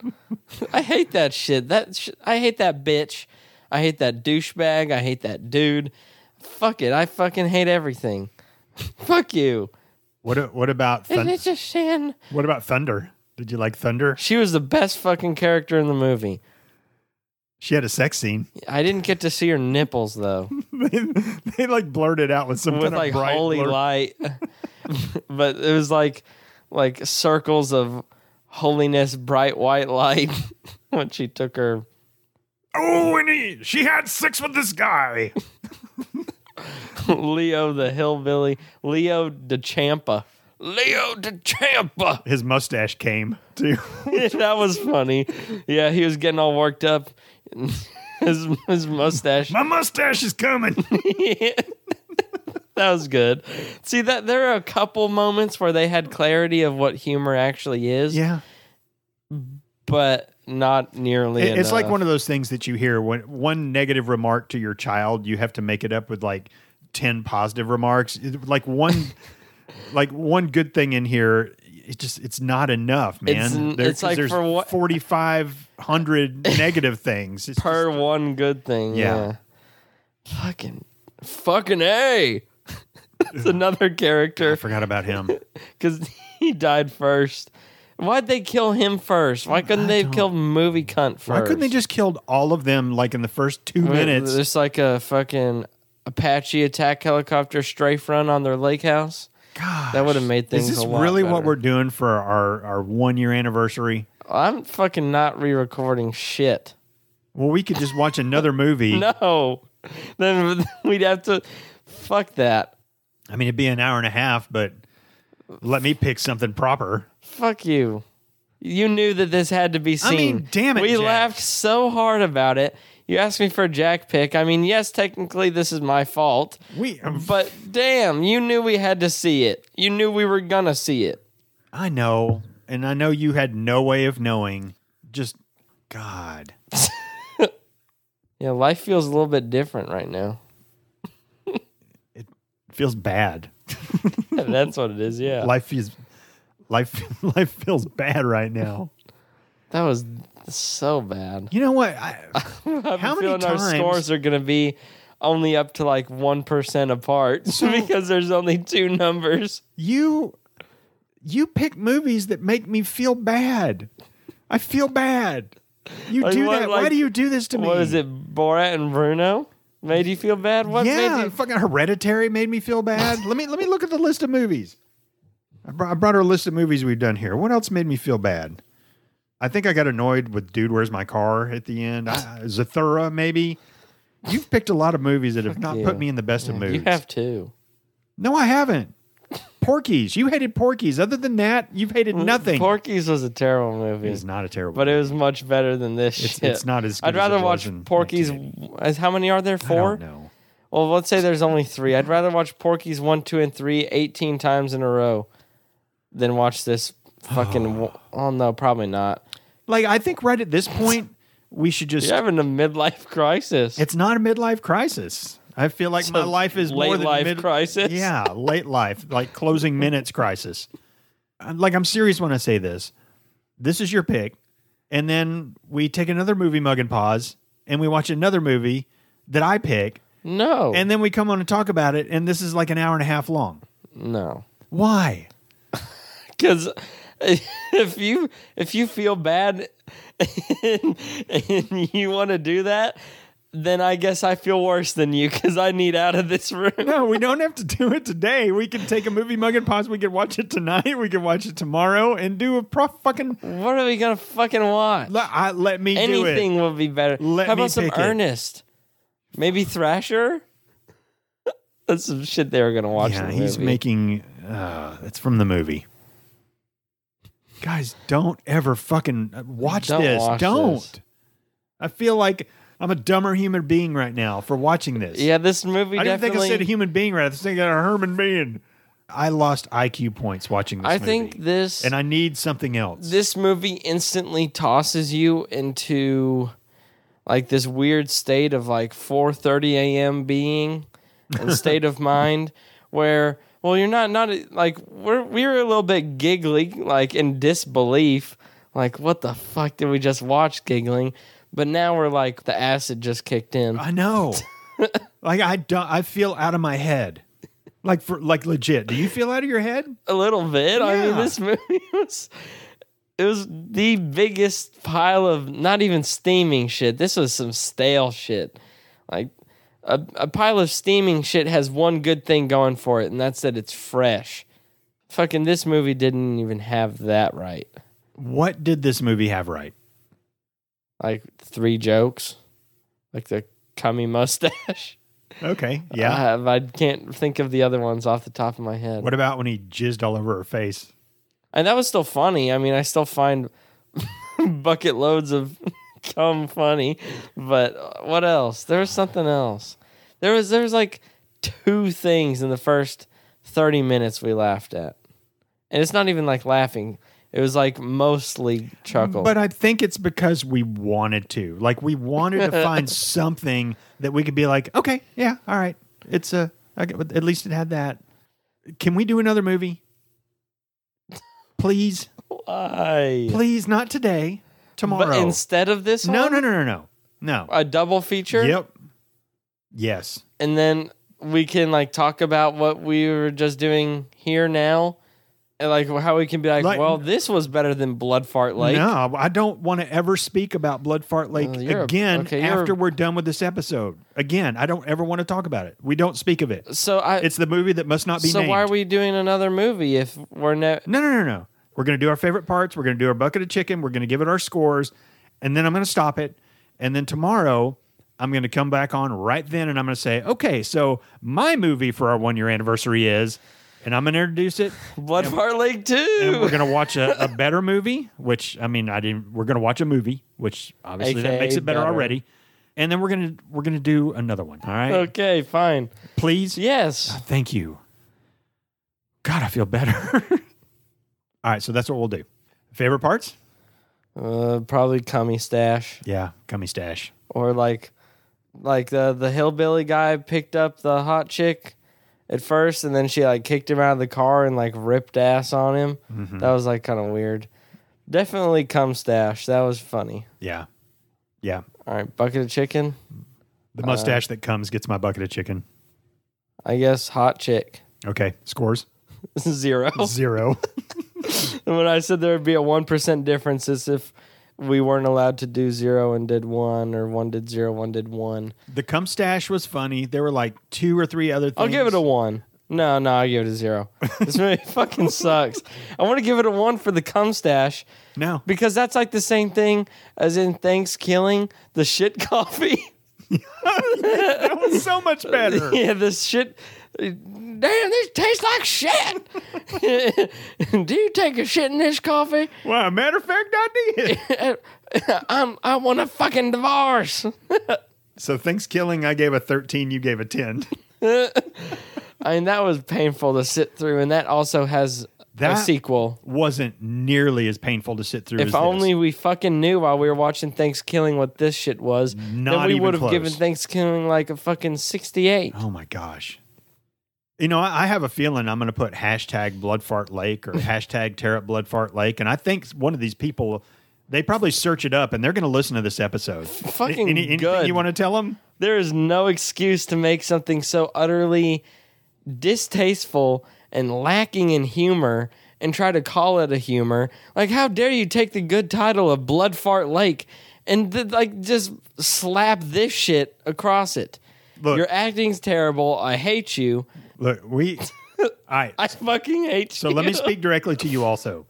Speaker 1: I hate that shit. That sh- I hate that bitch. I hate that douchebag. I hate that dude. Fuck it. I fucking hate everything. fuck you.
Speaker 2: What a- What about
Speaker 1: And
Speaker 2: thun-
Speaker 1: it's a sin.
Speaker 2: What about Thunder? Did you like Thunder?
Speaker 1: She was the best fucking character in the movie.
Speaker 2: She had a sex scene.
Speaker 1: I didn't get to see her nipples though,
Speaker 2: they, they like blurted out with some
Speaker 1: with
Speaker 2: kind of
Speaker 1: like
Speaker 2: bright
Speaker 1: holy
Speaker 2: blur.
Speaker 1: light. but it was like like circles of holiness, bright white light when she took her.
Speaker 2: Oh, and he, she had sex with this guy.
Speaker 1: Leo the hillbilly, Leo de Champa, Leo de Champa.
Speaker 2: His mustache came too.
Speaker 1: that was funny. Yeah, he was getting all worked up. his his mustache.
Speaker 2: My mustache is coming.
Speaker 1: that was good. See that there are a couple moments where they had clarity of what humor actually is,
Speaker 2: yeah.
Speaker 1: but not nearly.
Speaker 2: It- it's like
Speaker 1: enough.
Speaker 2: one of those things that you hear when one negative remark to your child, you have to make it up with like 10 positive remarks. It- Like one like one good thing in here it just it's not enough, man.
Speaker 1: It's n- it's
Speaker 2: 'cause
Speaker 1: like
Speaker 2: there's
Speaker 1: for what-
Speaker 2: 4500 negative things. It's
Speaker 1: per
Speaker 2: just- uh,
Speaker 1: one good thing.
Speaker 2: Yeah.
Speaker 1: Yeah. Fucking fucking A. That's another
Speaker 2: I
Speaker 1: character
Speaker 2: forgot about him.
Speaker 1: because he died first. Why'd they kill him first? Why couldn't they have killed movie cunt first?
Speaker 2: Why couldn't they just killed all of them like in the first 2 minutes?
Speaker 1: There's like a fucking Apache attack helicopter strafe run on their lake house.
Speaker 2: Gosh,
Speaker 1: That would have made things
Speaker 2: Is this
Speaker 1: a lot
Speaker 2: really what
Speaker 1: better.
Speaker 2: we're doing for our our 1 year anniversary?
Speaker 1: I'm fucking not re-recording shit.
Speaker 2: Well, we could just watch another movie.
Speaker 1: No, then we'd have to. Fuck that.
Speaker 2: I mean, it'd be an hour and a half, but let me pick something proper.
Speaker 1: Fuck you. You knew that this had to be
Speaker 2: I
Speaker 1: seen.
Speaker 2: mean, damn it,
Speaker 1: We
Speaker 2: Jack.
Speaker 1: laughed so hard about it. You asked me for a Jack pick. I mean, yes, technically this is my fault,
Speaker 2: We,
Speaker 1: but damn, you knew we had to see it. You knew we were gonna see it.
Speaker 2: I know, and I know you had no way of knowing. Just God,
Speaker 1: Yeah, life feels a little bit different right now.
Speaker 2: it feels bad.
Speaker 1: That's what it is. Yeah,
Speaker 2: Life is life. Life feels bad right now.
Speaker 1: that was so bad.
Speaker 2: You know what? I,
Speaker 1: I
Speaker 2: How
Speaker 1: have a
Speaker 2: many
Speaker 1: feeling our
Speaker 2: times-
Speaker 1: scores are gonna be only up to like one percent apart because there's only two numbers.
Speaker 2: you you pick movies that make me feel bad. I feel bad. You
Speaker 1: Like
Speaker 2: do
Speaker 1: what,
Speaker 2: that. Why
Speaker 1: like-
Speaker 2: do you do this to me?
Speaker 1: What is it, Borat and Bruno? Made you feel bad? What
Speaker 2: yeah,
Speaker 1: made you?
Speaker 2: fucking Hereditary made me feel bad. let me let me look at the list of movies. I brought, I brought our list of movies we've done here. What else made me feel bad? I think I got annoyed with Dude, Where's My Car at the end. I, uh, Zathura, maybe. You've picked a lot of movies that have
Speaker 1: Fuck
Speaker 2: not
Speaker 1: you.
Speaker 2: put me in the best of moods.
Speaker 1: You have two.
Speaker 2: No, I haven't. Porky's. You hated Porky's. Other than that, you've hated nothing.
Speaker 1: Porky's was a terrible movie,
Speaker 2: It's not a terrible.
Speaker 1: but it
Speaker 2: movie.
Speaker 1: was much better than this
Speaker 2: It's,
Speaker 1: shit.
Speaker 2: it's not as. Good
Speaker 1: I'd rather
Speaker 2: as it was
Speaker 1: watch
Speaker 2: in
Speaker 1: Porky's.
Speaker 2: 1980.
Speaker 1: As how many are there?
Speaker 2: I don't
Speaker 1: Four.
Speaker 2: know.
Speaker 1: Well, let's say there's only three. I'd rather watch Porky's one, two, and three 18 times in a row than watch this fucking. wo- oh no, probably not.
Speaker 2: Like I think right at this point we should just.
Speaker 1: You're having a midlife crisis.
Speaker 2: It's not a midlife crisis. I feel like
Speaker 1: It's
Speaker 2: my
Speaker 1: a
Speaker 2: life is more
Speaker 1: late
Speaker 2: than
Speaker 1: life
Speaker 2: mid-
Speaker 1: crisis.
Speaker 2: Yeah, late life, like closing minutes crisis. I'm- Like I'm serious when I say this. This is your pick, and then we take another movie mug and pause, and we watch another movie that I pick,
Speaker 1: No.
Speaker 2: and then we come on and talk about it, and this is like an hour and a half long.
Speaker 1: no.
Speaker 2: Why?
Speaker 1: Because if you if you feel bad and, and you want to do that, then I guess I feel worse than you because I need out of this room.
Speaker 2: No, we don't have to do it today. We can take a movie mug and pause. We can watch it tonight. We can watch it tomorrow and do a pro- fucking.
Speaker 1: What are we gonna fucking watch?
Speaker 2: Let, I, let me do it.
Speaker 1: Anything will be better.
Speaker 2: Let
Speaker 1: How
Speaker 2: me
Speaker 1: about some
Speaker 2: pick it.
Speaker 1: Ernest? Maybe Thrasher. That's some shit they were gonna watch. in
Speaker 2: Yeah,
Speaker 1: the
Speaker 2: he's
Speaker 1: movie.
Speaker 2: making. Uh, it's from the movie. Guys, don't ever fucking uh, watch
Speaker 1: Don't
Speaker 2: this.
Speaker 1: watch
Speaker 2: don't.
Speaker 1: this.
Speaker 2: I feel like I'm a dumber human being right now for watching this.
Speaker 1: Yeah, this movie
Speaker 2: I didn't think I
Speaker 1: definitely.
Speaker 2: said a human being right. I was thinking a Herman being. I lost IQ points watching this
Speaker 1: I
Speaker 2: movie.
Speaker 1: think this
Speaker 2: and I need something else.
Speaker 1: this movie instantly tosses you into like this weird state of like 4:30 a.m. being and state of mind where well you're not not like we're we're a little bit giggly like in disbelief like what the fuck did we just watch giggling but now we're like the acid just kicked in
Speaker 2: I know. like I don't. I feel out of my head. Like for like legit. Do you feel out of your head?
Speaker 1: a little bit I mean
Speaker 2: Yeah.
Speaker 1: this movie was it was the biggest pile of not even steaming shit. This was some stale shit. Like a, a pile of steaming shit has one good thing going for it, and that's that it's fresh. Fucking this movie didn't even have that right.
Speaker 2: What did this movie have right?
Speaker 1: Like three jokes, like the cummy mustache.
Speaker 2: Okay. Yeah.
Speaker 1: I, have- I can't think of the other ones off the top of my head.
Speaker 2: What about when he jizzed all over her face?
Speaker 1: And that was still funny. I mean, I still find bucket loads of cum funny, but uh, what else? There was something else. There was there was like two things in the first 30 minutes we laughed at. And it's not even like laughing. It was like mostly chuckle.
Speaker 2: But I think it's because we wanted to. Like we wanted to find something that we could be like, okay, yeah, all right. It's a I get- at least it had that. Can we do another movie? Please,
Speaker 1: Why?
Speaker 2: please, not today. Tomorrow.
Speaker 1: But instead of this
Speaker 2: no,
Speaker 1: one,
Speaker 2: no, no, no, no, no.
Speaker 1: a double feature.
Speaker 2: Yep. Yes.
Speaker 1: and then we can like talk about what we were just doing here now and like how we can be like,
Speaker 2: Like-
Speaker 1: well this was better than blood fart lake
Speaker 2: no, I don't want to ever speak about Blood Fart Lake
Speaker 1: Uh, you're a-
Speaker 2: again
Speaker 1: okay, you're a-
Speaker 2: after we're done with this episode. Again, I don't ever want to talk about it. We don't speak of it.
Speaker 1: so i
Speaker 2: It's the movie that must not be
Speaker 1: so
Speaker 2: named.
Speaker 1: why are we doing another movie if we're no
Speaker 2: No, no, no, no. We're going to do our favorite parts. We're going to do our bucket of chicken. We're going to give it our scores. And then I'm going to stop it. And then tomorrow, I'm going to come back on right then and I'm going to say, okay, so my movie for our one year anniversary is, and I'm going to introduce it.
Speaker 1: blood fart lake
Speaker 2: And we're
Speaker 1: 2
Speaker 2: going to watch a, a better movie, which I mean, I didn't, we're going to watch a movie, which obviously that
Speaker 1: AKA
Speaker 2: makes it better,
Speaker 1: better.
Speaker 2: already. And then we're going to, we're going to do another one. All right.
Speaker 1: okay fine
Speaker 2: Please.
Speaker 1: yes
Speaker 2: Thank you. God, I feel better. All right, so that's what we'll do. Favorite parts?
Speaker 1: uh, probably cummy stash
Speaker 2: Yeah, gummy stash.
Speaker 1: or like like the the hillbilly guy picked up the hot chick at first and then she like kicked him out of the car and like ripped ass on him that was like kind of weird definitely cum stash that was funny
Speaker 2: Yeah, yeah.
Speaker 1: all right bucket of chicken
Speaker 2: The mustache that comes gets my bucket of chicken.
Speaker 1: i guess hot chick
Speaker 2: Okay, scores
Speaker 1: zero
Speaker 2: Oh. zero.
Speaker 1: and when i said there would be a 1% difference is if we weren't allowed to do zero and did one or one did zero one did one
Speaker 2: the cum stash was funny. There were like two or three other things.
Speaker 1: i'll give it a one No, no, I give it a zero. This movie fucking sucks. I want to give it a one for the cum stash
Speaker 2: No.
Speaker 1: because that's like the same thing as in Thanksgiving, the shit coffee.
Speaker 2: That was so much better.
Speaker 1: yeah, this shit. Damn, this tastes like shit. Do you take a shit in this coffee?
Speaker 2: Well, matter of fact, I did.
Speaker 1: I'm, I want a fucking divorce.
Speaker 2: so Thanksgiving, I gave a 13, you gave a 10.
Speaker 1: I mean, that was painful to sit through, and that also has a
Speaker 2: That-
Speaker 1: sequel.
Speaker 2: Wasn't nearly as painful to sit through
Speaker 1: If
Speaker 2: as this.
Speaker 1: only we fucking knew while we were watching Thanksgiving what this shit was,
Speaker 2: Not
Speaker 1: then we
Speaker 2: even
Speaker 1: would have
Speaker 2: close.
Speaker 1: given Thanksgiving like a fucking 68.
Speaker 2: Oh my gosh. You know, I, I have a feeling I'm going to put hashtag Bloodfart Lake or hashtag Tear Up Bloodfart Lake. And I think one of these people, they probably search it up and they're going to listen to this episode.
Speaker 1: Fucking
Speaker 2: Any, anything
Speaker 1: good.
Speaker 2: you want to tell them?
Speaker 1: There is no excuse to make something so utterly distasteful and lacking in humor and try to call it a humor. Like, how dare you take the good title of Blood Fart Lake and th- like just slap this shit across it?
Speaker 2: Look.
Speaker 1: Your acting's terrible. I hate you.
Speaker 2: Look, we. All right.
Speaker 1: I fucking hate
Speaker 2: So
Speaker 1: you.
Speaker 2: let me speak directly to you also.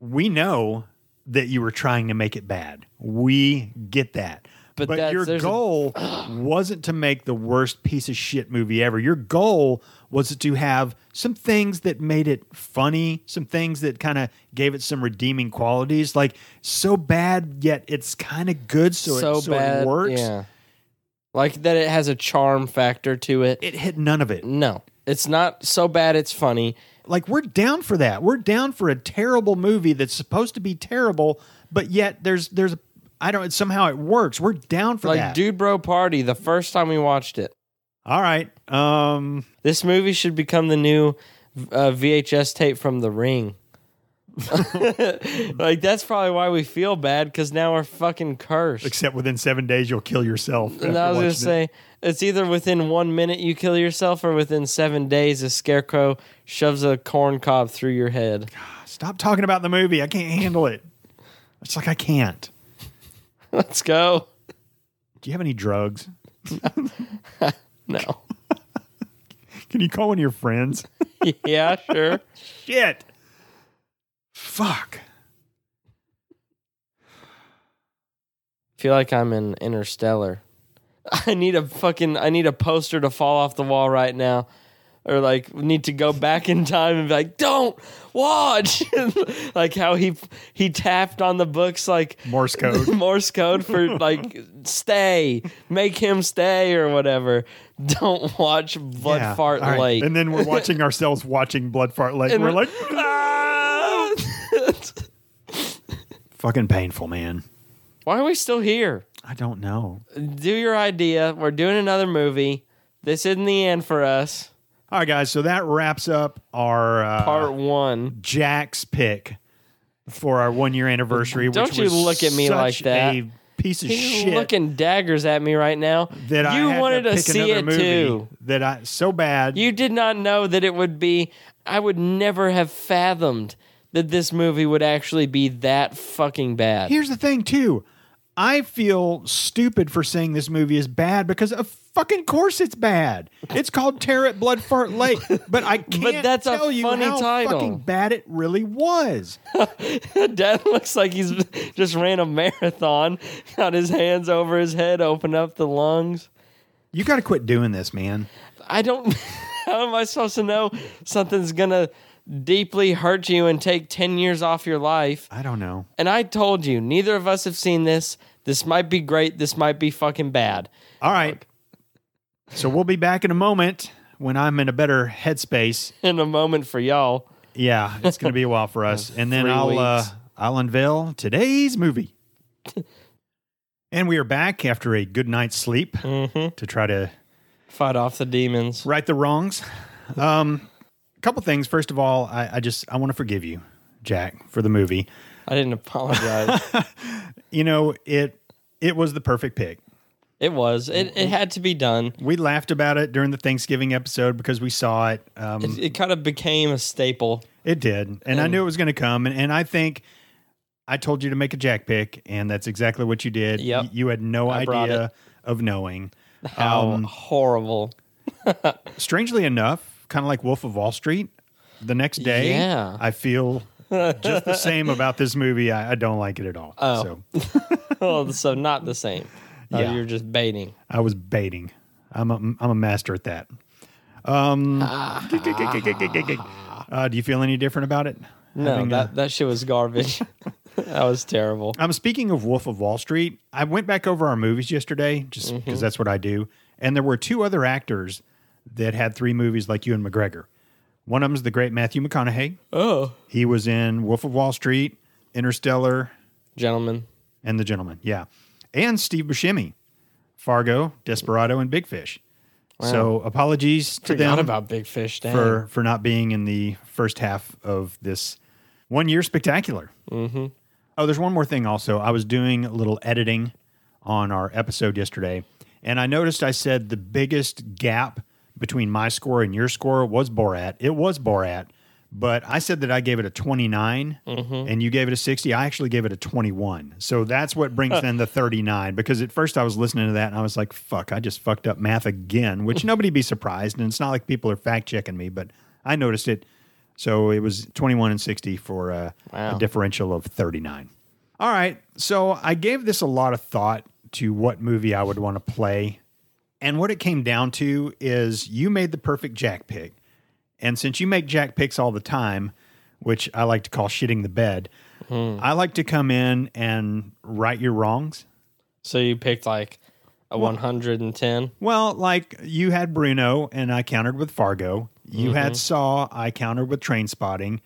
Speaker 2: We know that you were trying to make it bad. We get that.
Speaker 1: But
Speaker 2: But,
Speaker 1: that's-
Speaker 2: your
Speaker 1: there's a-
Speaker 2: goal wasn't to make the worst piece of shit movie ever. Your goal was to have some things that made it funny, some things that kind of gave it some redeeming qualities. Like so bad, yet it's kind of good, so, it, so it works.
Speaker 1: Yeah. Like that it has a charm factor to it.
Speaker 2: It hit none of it.
Speaker 1: No. It's not so bad it's funny.
Speaker 2: Like we're down for that. We're down for a terrible movie that's supposed to be terrible, but yet there's there's I don't somehow it works. We're down for
Speaker 1: Like
Speaker 2: that.
Speaker 1: Dude Bro Party, the first time we watched it.
Speaker 2: All right. Um
Speaker 1: This movie should become the new uh, VHS tape from The Ring. like that's probably why we feel bad because now we're fucking cursed.
Speaker 2: except within 7 days you'll kill yourself.
Speaker 1: and I was gonna say it's either within one minute you kill yourself or within seven days a scarecrow shoves a corn cob through your head.
Speaker 2: stop talking about the movie. I can't handle it. It's like I can't.
Speaker 1: Let's go.
Speaker 2: Do you have any drugs?
Speaker 1: No.
Speaker 2: Can you call one of your friends?
Speaker 1: yeah, sure.
Speaker 2: Shit. Fuck.
Speaker 1: feel like I'm in Interstellar. I need a fucking I need a poster to fall off the wall right now. Or like need to go back in time and be like, don't watch like how he he tapped on the books like
Speaker 2: Morse code.
Speaker 1: Morse code for like stay, make him stay or whatever. Don't watch Blood
Speaker 2: Yeah.
Speaker 1: Fart
Speaker 2: All right.
Speaker 1: Lake.
Speaker 2: And then we're watching ourselves watching Blood Fart Lake.
Speaker 1: And
Speaker 2: we're
Speaker 1: the-
Speaker 2: like
Speaker 1: Ah!
Speaker 2: fucking painful, man.
Speaker 1: Why are we still here?
Speaker 2: I don't know.
Speaker 1: Do your idea. We're doing another movie. This isn't the end for us.
Speaker 2: All right, guys. So that wraps up our uh,
Speaker 1: Part one.
Speaker 2: Jack's pick for our one year anniversary.
Speaker 1: Don't
Speaker 2: which
Speaker 1: you
Speaker 2: was
Speaker 1: look at me
Speaker 2: such
Speaker 1: like that.
Speaker 2: A piece of
Speaker 1: He's
Speaker 2: shit.
Speaker 1: looking daggers at me right now.
Speaker 2: that I
Speaker 1: you
Speaker 2: had
Speaker 1: wanted
Speaker 2: to,
Speaker 1: to,
Speaker 2: pick
Speaker 1: see
Speaker 2: another
Speaker 1: it
Speaker 2: movie
Speaker 1: too.
Speaker 2: That I so bad.
Speaker 1: You did not know that it would be. I would never have fathomed that this movie would actually be that fucking bad.
Speaker 2: Here's the thing, too. I feel stupid for saying this movie is bad because of fucking course it's bad. It's called Tear at Blood Fart Lake, but I can't
Speaker 1: that's a
Speaker 2: tell you
Speaker 1: funny
Speaker 2: how
Speaker 1: title.
Speaker 2: fucking bad it really was.
Speaker 1: Dad looks like he's just ran a marathon, got his hands over his head, open up the lungs.
Speaker 2: You got to quit doing this, man.
Speaker 1: I don't. How am I supposed to know something's gonna deeply hurt you and take ten years off your life?
Speaker 2: I don't know.
Speaker 1: And I told you, neither of us have seen this. This might be great. This might be fucking bad.
Speaker 2: All right. So we'll be back in a moment when I'm in a better headspace.
Speaker 1: In a moment for y'all.
Speaker 2: Yeah, it's going to be a while for us, and then
Speaker 1: Three
Speaker 2: I'll uh,
Speaker 1: weeks.
Speaker 2: I'll unveil today's movie. and we are back after a good night's sleep
Speaker 1: Hmm. Mm-hmm.
Speaker 2: to try to
Speaker 1: Fight off the demons.
Speaker 2: right the wrongs. Um, a couple things. First of all, I, I just I want to forgive you, Jack, for the movie.
Speaker 1: I didn't apologize.
Speaker 2: You know it it was the perfect pick.
Speaker 1: it was. It, it had to be done.
Speaker 2: We laughed about it during the Thanksgiving episode because we saw it. Um,
Speaker 1: It, it kind of became a staple.
Speaker 2: It did. And,
Speaker 1: Oh.
Speaker 2: I knew it was going to come. And, and I think I told you to make a jack pick, and that's exactly what you did.
Speaker 1: Yep.
Speaker 2: Y- You had no
Speaker 1: I brought
Speaker 2: idea of knowing.
Speaker 1: Um, How horrible.
Speaker 2: Strangely enough, kind of like Wolf of Wall Street. The next day,
Speaker 3: Yeah.
Speaker 2: I feel just the same about this movie. I, I don't like it at all.
Speaker 1: Oh.
Speaker 2: So
Speaker 1: oh, so not the same. Oh,
Speaker 2: Yeah.
Speaker 1: you're just baiting.
Speaker 2: I was baiting. I'm a, I'm a master at that. Um, uh, do you feel any different about it?
Speaker 1: No,
Speaker 2: Having a-
Speaker 1: that, that shit was garbage. that was terrible.
Speaker 2: I'm Um, speaking of Wolf of Wall Street. I went back over our movies yesterday just because that's what I do. And there were two other actors that had three movies like you and McGregor. One of them's the great Matthew McConaughey.
Speaker 1: Oh,
Speaker 2: He was in Wolf of Wall Street, Interstellar,
Speaker 1: gentlemen.
Speaker 2: and The Gentleman. Yeah. And Steve Buscemi, Fargo, Desperado, and Big Fish. So apologies to
Speaker 1: Forgot
Speaker 2: them
Speaker 1: about Big Fish. Dang.
Speaker 2: for, for not being in the first half of this one year spectacular.
Speaker 1: mm-hmm.
Speaker 2: Oh, there's one more thing also. I was doing a little editing on our episode yesterday, and I noticed I said the biggest gap between my score and your score was Borat. It was Borat, but I said that I gave it a 29 and you gave it a 60. I actually gave it a 21. So that's what brings in the 39 because at first I was listening to that and I was like, fuck, I just fucked up math again, which nobody be surprised. And it's not like people are fact checking me, but I noticed it. So it was 21 and 60 for uh,
Speaker 1: Wow.
Speaker 2: a differential of 39. All right. So I gave this a lot of thought to what movie I would want to play. And what it came down to is you made the perfect jack pick. And since you make jack picks all the time, which I like to call shitting the bed, I like to come in and right your wrongs.
Speaker 1: So you picked like a 110.
Speaker 2: Well, like you had Bruno and I countered with Fargo. You
Speaker 1: Mm-hmm.
Speaker 2: had Saw, I countered with Train Spotting.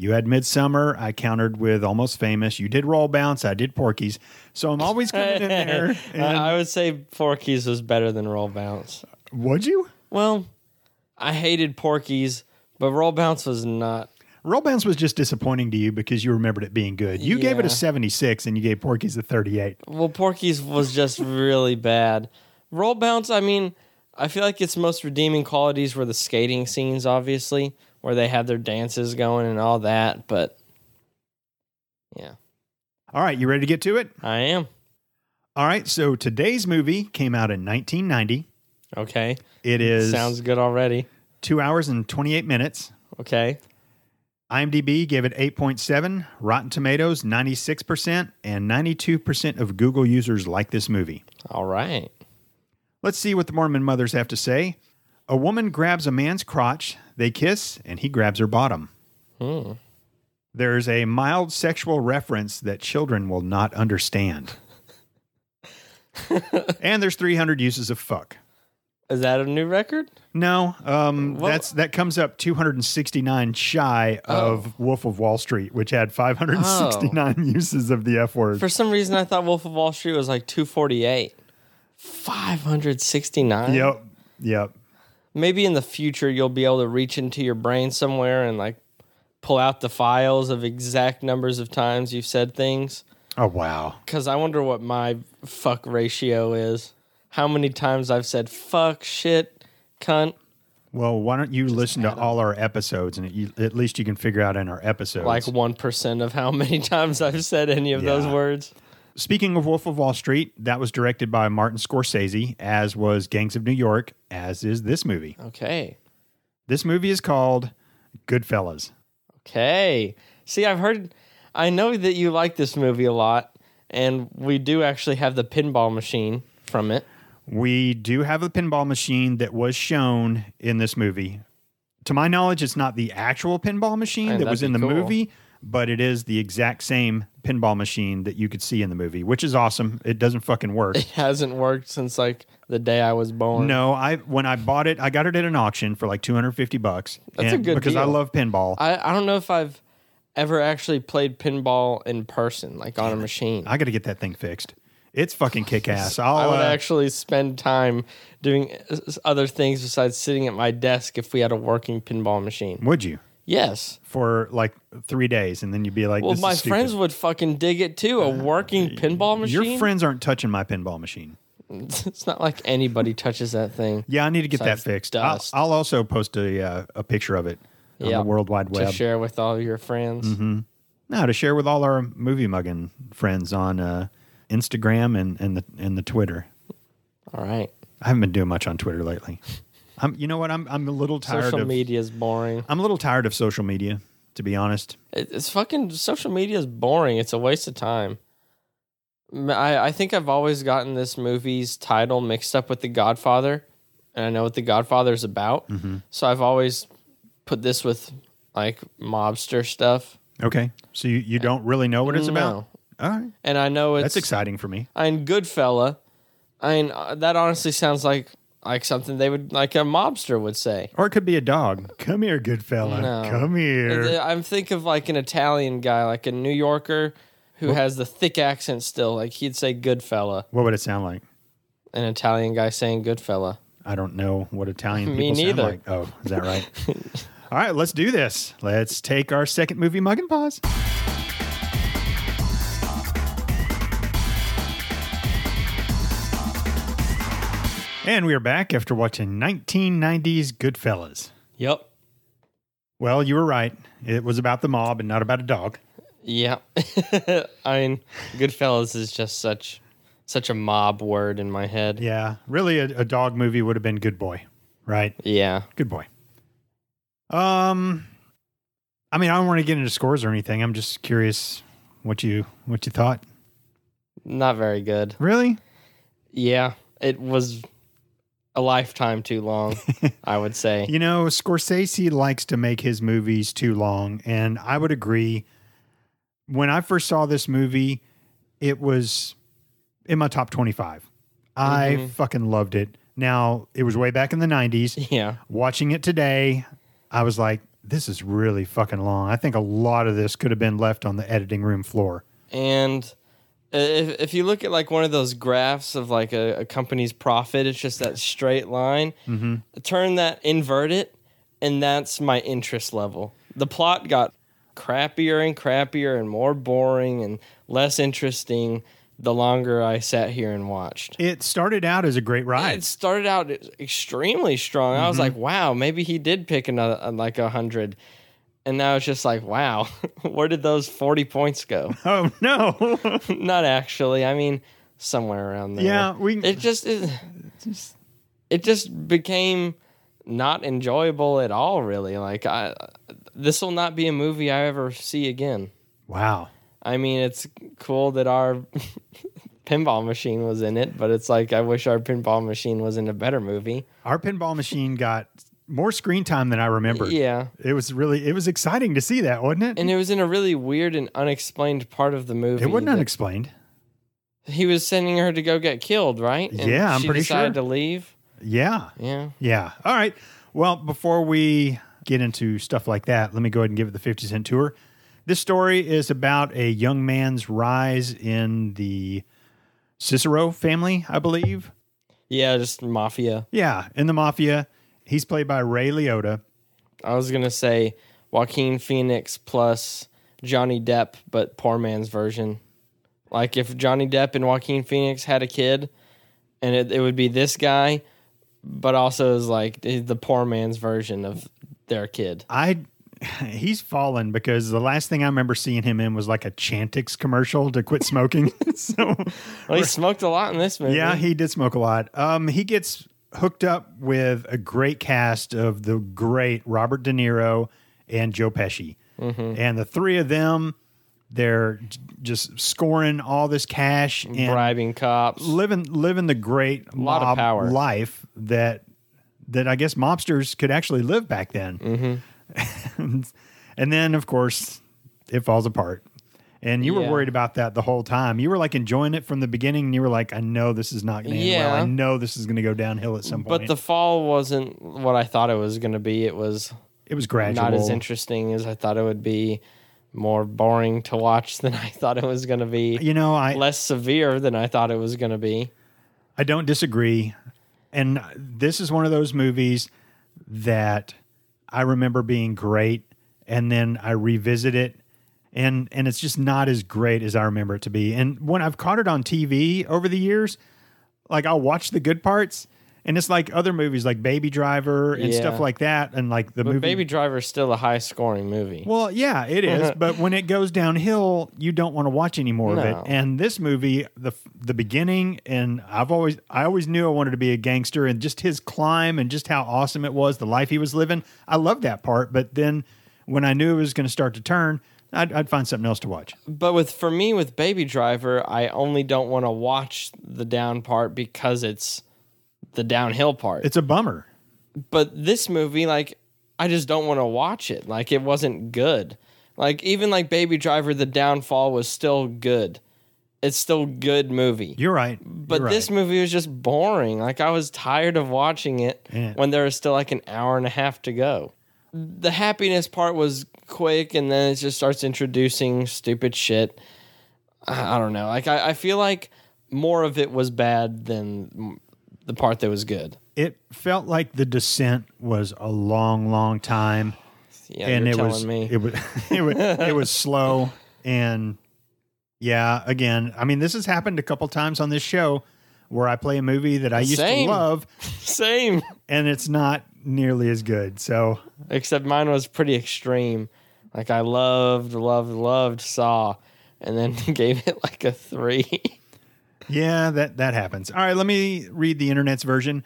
Speaker 2: You had Midsummer, I countered with Almost Famous. You did Roll Bounce, I did Porky's. So I'm always coming in there.
Speaker 1: I, I would say Porky's was better than Roll Bounce.
Speaker 2: Would you?
Speaker 1: Well, I hated Porky's, but Roll Bounce was not.
Speaker 2: Roll Bounce was just disappointing to you because you remembered it being good. You gave it a
Speaker 1: Yeah.
Speaker 2: 76 and you gave Porky's a 38.
Speaker 1: Well, Porky's was just really bad. Roll Bounce, I mean, I feel like its most redeeming qualities were the skating scenes, obviously, where they had their dances going and all that. But yeah,
Speaker 2: All right, you ready to get to it?
Speaker 1: I am.
Speaker 2: All right, so today's movie came out in 1990.
Speaker 1: Okay.
Speaker 2: It is
Speaker 1: Sounds good already.
Speaker 2: two hours and 28 minutes.
Speaker 1: Okay.
Speaker 2: IMDb gave it 8.7, Rotten Tomatoes 96%, and 92% of Google users like this movie.
Speaker 1: All right.
Speaker 2: Let's see what the Mormon mothers have to say. A woman grabs a man's crotch, they kiss, and he grabs her bottom.
Speaker 1: Hmm.
Speaker 2: There's a mild sexual reference that children will not understand. and there's 300 uses of fuck.
Speaker 1: Is that a new record?
Speaker 2: No, um,
Speaker 1: Well-
Speaker 2: that's that comes up 269 shy
Speaker 1: Oh.
Speaker 2: of Wolf of Wall Street, which had 569 uses of the F word.
Speaker 1: For some reason, I thought Wolf of Wall Street was like 248. 569?
Speaker 2: Yep, yep.
Speaker 1: Maybe in the future, you'll be able to reach into your brain somewhere and like pull out the files of exact numbers of times you've said things.
Speaker 2: Oh wow.
Speaker 1: Cause I wonder what my fuck ratio is. How many times I've said fuck, shit, cunt.
Speaker 2: Well, why don't you listen to all our episodes, and you, at least you can figure out in our episodes.
Speaker 1: Like 1% of how many times I've said any of those
Speaker 2: Yeah.
Speaker 1: words.
Speaker 2: Speaking of Wolf of Wall Street, that was directed by Martin Scorsese, as was Gangs of New York, as is this movie.
Speaker 1: Okay.
Speaker 2: This movie is called Goodfellas.
Speaker 1: Okay. See, I've heard, I know that you like this movie a lot, and we do actually have the pinball machine from it.
Speaker 2: We do have a pinball machine that was shown in this movie. To my knowledge, it's not the actual pinball machine
Speaker 1: Man,
Speaker 2: that was
Speaker 1: that'd
Speaker 2: in the
Speaker 1: be cool.
Speaker 2: movie, but it is the exact same pinball machine that you could see in the movie, which is awesome. It doesn't fucking work.
Speaker 1: It hasn't worked since like the day I was born.
Speaker 2: No, I when I bought it, I got it at an auction for like 250 bucks.
Speaker 1: That's a
Speaker 2: and-
Speaker 1: good
Speaker 2: because I
Speaker 1: deal.
Speaker 2: love pinball. I,
Speaker 1: I, I don't know if I've ever actually played pinball in person, like on a machine. I,
Speaker 2: got to get that thing fixed. It's fucking kick ass. I'll
Speaker 1: would
Speaker 2: uh,
Speaker 1: actually spend time doing uh, s- other things besides sitting at my desk if we had a working pinball machine.
Speaker 2: would you
Speaker 1: Yes.
Speaker 2: for like three days, and then you'd be like,
Speaker 1: Well,
Speaker 2: this
Speaker 1: my
Speaker 2: is stupid. Uh,
Speaker 1: friends would fucking dig it too. A working pinball machine?
Speaker 2: Your friends aren't touching my pinball machine.
Speaker 1: it's not like anybody touches that thing.
Speaker 2: Yeah, I need to get that
Speaker 1: Besides
Speaker 2: fixed. I'll,
Speaker 1: dust.
Speaker 2: I'll also post a uh, a picture of it on
Speaker 1: Yeah.
Speaker 2: the World Wide
Speaker 1: to
Speaker 2: Web. Mm-hmm.
Speaker 1: share with all your friends.
Speaker 2: No, to share with all our movie mugging friends on uh, Instagram and and the and the Twitter.
Speaker 1: All right.
Speaker 2: I haven't been doing much on Twitter lately. I'm, you know what? I'm, I'm a little tired
Speaker 1: Social
Speaker 2: of
Speaker 1: media is boring.
Speaker 2: I'm a little tired of social media, to be honest.
Speaker 1: It- It's fucking social media is boring. It's a waste of time. M- I, I think I've always gotten this movie's title mixed up with The Godfather, and I know what The Godfather is about.
Speaker 2: Mm-hmm.
Speaker 1: So I've always put this with like mobster stuff.
Speaker 2: Okay, so you, you don't really know what it's about. All right,
Speaker 1: And I know it's
Speaker 2: that's exciting for me.
Speaker 1: I mean, Goodfella. I mean, uh, that honestly sounds like like something they would like a mobster would say.
Speaker 2: Or it could be a dog. Come here, good fella.
Speaker 1: No.
Speaker 2: Come here.
Speaker 1: I'm think of like an Italian guy, like a New Yorker who has the thick accent still. Like he'd say Goodfella,
Speaker 2: what would it sound like?
Speaker 1: an Italian guy saying Goodfella.
Speaker 2: I don't know what Italian
Speaker 1: Me
Speaker 2: people sound
Speaker 1: neither.
Speaker 2: like. Oh, is that right? All right, let's do this. Let's take our second movie mug and pause. And we are back after watching 1990s Goodfellas.
Speaker 1: Yep.
Speaker 2: Well, you were right. It was about the mob and not about a dog.
Speaker 1: Yeah. I mean, Goodfellas is just such such a mob word in my head.
Speaker 2: Yeah, really, a, a dog movie would have been Good Boy, right?
Speaker 1: Yeah.
Speaker 2: Good boy. Um, I mean, I don't want to get into scores or anything. I'm just curious what you what you thought.
Speaker 1: Not very good.
Speaker 2: Really?
Speaker 1: Yeah. It was a lifetime too long, I would say.
Speaker 2: You know, Scorsese likes to make his movies too long, and I would agree. When I first saw this movie, it was in my top 25. I fucking loved it. Now, it was way back in the 90s.
Speaker 1: Yeah.
Speaker 2: Watching it today, I was like, this is really fucking long. I think a lot of this could have been left on the editing room floor.
Speaker 1: And if, if you look at like one of those graphs of like a, a company's profit, it's just that straight line. Turn that, invert it, and that's my interest level. The plot got crappier and crappier and more boring and less interesting the longer I sat here and watched.
Speaker 2: It started out as a great ride.
Speaker 1: It started out e-, extremely strong. I was like, wow, maybe he did pick another uh, like a hundred. And now it's just like, wow, where did those 40 points go?
Speaker 2: oh no!
Speaker 1: Not actually. I mean, somewhere around there.
Speaker 2: Yeah, we-
Speaker 1: It just it, it just became not enjoyable at all. Really, like I, this will not be a movie I ever see again.
Speaker 2: wow.
Speaker 1: I mean, it's cool that our pinball machine was in it, but it's like I wish our pinball machine was in a better movie.
Speaker 2: Our pinball machine got more screen time than I remembered.
Speaker 1: Yeah,
Speaker 2: It was really it was exciting to see that, wasn't it?
Speaker 1: and it was in a really weird and unexplained part of the movie.
Speaker 2: it wasn't
Speaker 1: that-
Speaker 2: unexplained.
Speaker 1: He was sending her to go get killed, right?
Speaker 2: Yeah, I'm
Speaker 1: she
Speaker 2: pretty
Speaker 1: decided
Speaker 2: sure.
Speaker 1: to leave.
Speaker 2: Yeah.
Speaker 1: Yeah.
Speaker 2: Yeah. All right. Well, before we get into stuff like that, let me go ahead and give it the 50 cent tour. This story is about a young man's rise in the Cicero family, I believe.
Speaker 1: Yeah, just mafia.
Speaker 2: Yeah, in the mafia. He's played by Ray Liotta.
Speaker 1: I was gonna say Joaquin Phoenix plus Johnny Depp, but poor man's version. Like if Johnny Depp and Joaquin Phoenix had a kid, and it, it would be this guy, but also is like the poor man's version of their kid.
Speaker 2: I he's fallen because the last thing I remember seeing him in was like a Chantix commercial to quit smoking. so
Speaker 1: Well, he smoked a lot in this movie.
Speaker 2: yeah, he did smoke a lot. Um, he gets hooked up with a great cast of the great Robert De Niro and Joe Pesci, and the three of them, they're j- just scoring all this cash and
Speaker 1: bribing cops.
Speaker 2: living living the great
Speaker 1: Lot of
Speaker 2: mob
Speaker 1: power.
Speaker 2: life that that I guess mobsters could actually live back then.
Speaker 1: Mm-hmm.
Speaker 2: and, and then of course it falls apart. And you were
Speaker 1: Yeah.
Speaker 2: worried about that the whole time. You were like enjoying it from the beginning. And you were like, I know this is not going to end well.
Speaker 1: Yeah.
Speaker 2: I know this is going to go downhill at some
Speaker 1: But
Speaker 2: point.
Speaker 1: the fall wasn't what I thought it was gonna be. It was
Speaker 2: it was gradual.
Speaker 1: not as interesting as I thought it would be. More boring to watch than I thought it was gonna be.
Speaker 2: You know, I
Speaker 1: less severe than I thought it was going to be.
Speaker 2: I don't disagree. And this is one of those movies that I remember being great and then I revisit it and and it's just not as great as I remember it to be. And when I've caught it on TV over the years, like I'll watch the good parts And it's like other movies like Baby Driver and stuff
Speaker 1: Yeah.
Speaker 2: like that. And like the
Speaker 1: But
Speaker 2: movie.
Speaker 1: Baby Driver is still a high scoring movie.
Speaker 2: well, yeah, it
Speaker 1: Uh-huh.
Speaker 2: is. but when it goes downhill, you don't want to watch any more of
Speaker 1: No.
Speaker 2: it. And this movie, the the beginning, and I've always I always knew I wanted to be a gangster, and just his climb and just how awesome it was, the life he was living. I loved that part. But then when I knew it was going to start to turn, I'd, I'd find something else to watch.
Speaker 1: But with for me with Baby Driver, I only don't want to watch the down part because it's the downhill part.
Speaker 2: It's a bummer.
Speaker 1: but this movie, like, I just don't want to watch it. Like, it wasn't good. Like, even like Baby Driver, the downfall was still good. It's still good movie.
Speaker 2: You're right.
Speaker 1: but this movie was just boring. Like I was tired of watching it
Speaker 2: Yeah.
Speaker 1: when there was still like an hour and a half to go. The happiness part was quick, and then it just starts introducing stupid shit. I I don't know. Like I, I feel like more of it was bad than m- the part that was good.
Speaker 2: it felt like the descent was a long, long time,
Speaker 1: Yeah,
Speaker 2: and
Speaker 1: you're
Speaker 2: it
Speaker 1: telling
Speaker 2: was,
Speaker 1: me.
Speaker 2: it was it was it was slow, and yeah, again, I mean, this has happened a couple times on this show where I play a movie that I used
Speaker 1: Same.
Speaker 2: to love,
Speaker 1: Same,
Speaker 2: and it's not nearly as good. So
Speaker 1: except mine was pretty extreme. Like I loved, loved, loved Saw, and then gave it like a three.
Speaker 2: Yeah, that that happens. All right, let me read the internet's version.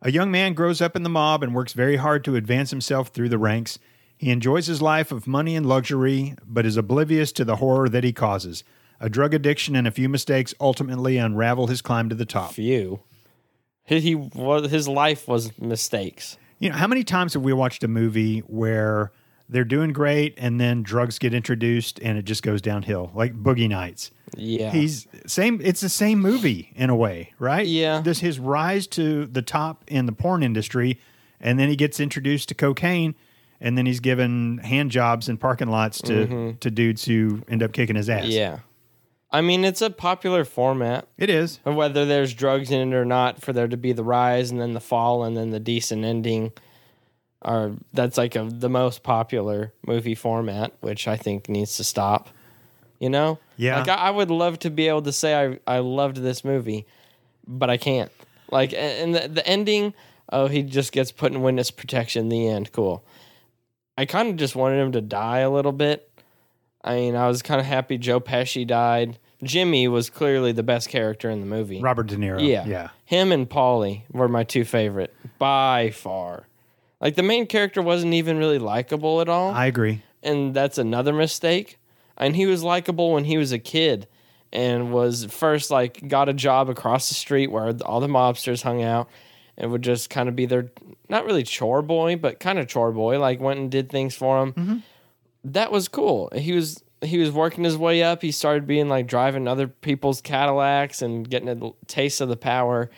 Speaker 2: A young man grows up in the mob and works very hard to advance himself through the ranks. He enjoys his life of money and luxury, but is oblivious to the horror that he causes. A drug addiction and a few mistakes ultimately unravel his climb to the top.
Speaker 1: few. He, he was his life was mistakes.
Speaker 2: You know, how many times have we watched a movie where they're doing great and then drugs get introduced and it just goes downhill, like Boogie Nights?
Speaker 1: Yeah,
Speaker 2: He's same. It's the same movie in a way, right?
Speaker 1: Yeah.
Speaker 2: This his rise to the top in the porn industry, and then he gets introduced to cocaine, and then he's given hand jobs in parking lots to to dudes who end up kicking his ass.
Speaker 1: Mm-hmm. yeah. I mean, it's a popular format.
Speaker 2: it is.
Speaker 1: Whether there's drugs in it or not, for there to be the rise and then the fall and then the decent ending, are that's like a, the most popular movie format, which I think needs to stop. You know?
Speaker 2: Yeah.
Speaker 1: Like I, I would love to be able to say I I loved this movie, but I can't. Like a- and the, the ending, oh, he just gets put in witness protection. The end. Cool. I kind of just wanted him to die a little bit. I mean, I was kind of happy Joe Pesci died. Jimmy was clearly the best character in the movie.
Speaker 2: Robert De Niro.
Speaker 1: Yeah.
Speaker 2: yeah.
Speaker 1: Him and Polly were my two favorite by far. Like the main character wasn't even really likable at all,
Speaker 2: I agree.
Speaker 1: and that's another mistake. And he was likable when he was a kid and was first like got a job across the street where all the mobsters hung out and would just kind of be their not really chore boy, but kind of chore boy, like went and did things for him that was cool. He was he was working his way up. He started being like driving other people's Cadillacs and getting a l- taste of the power.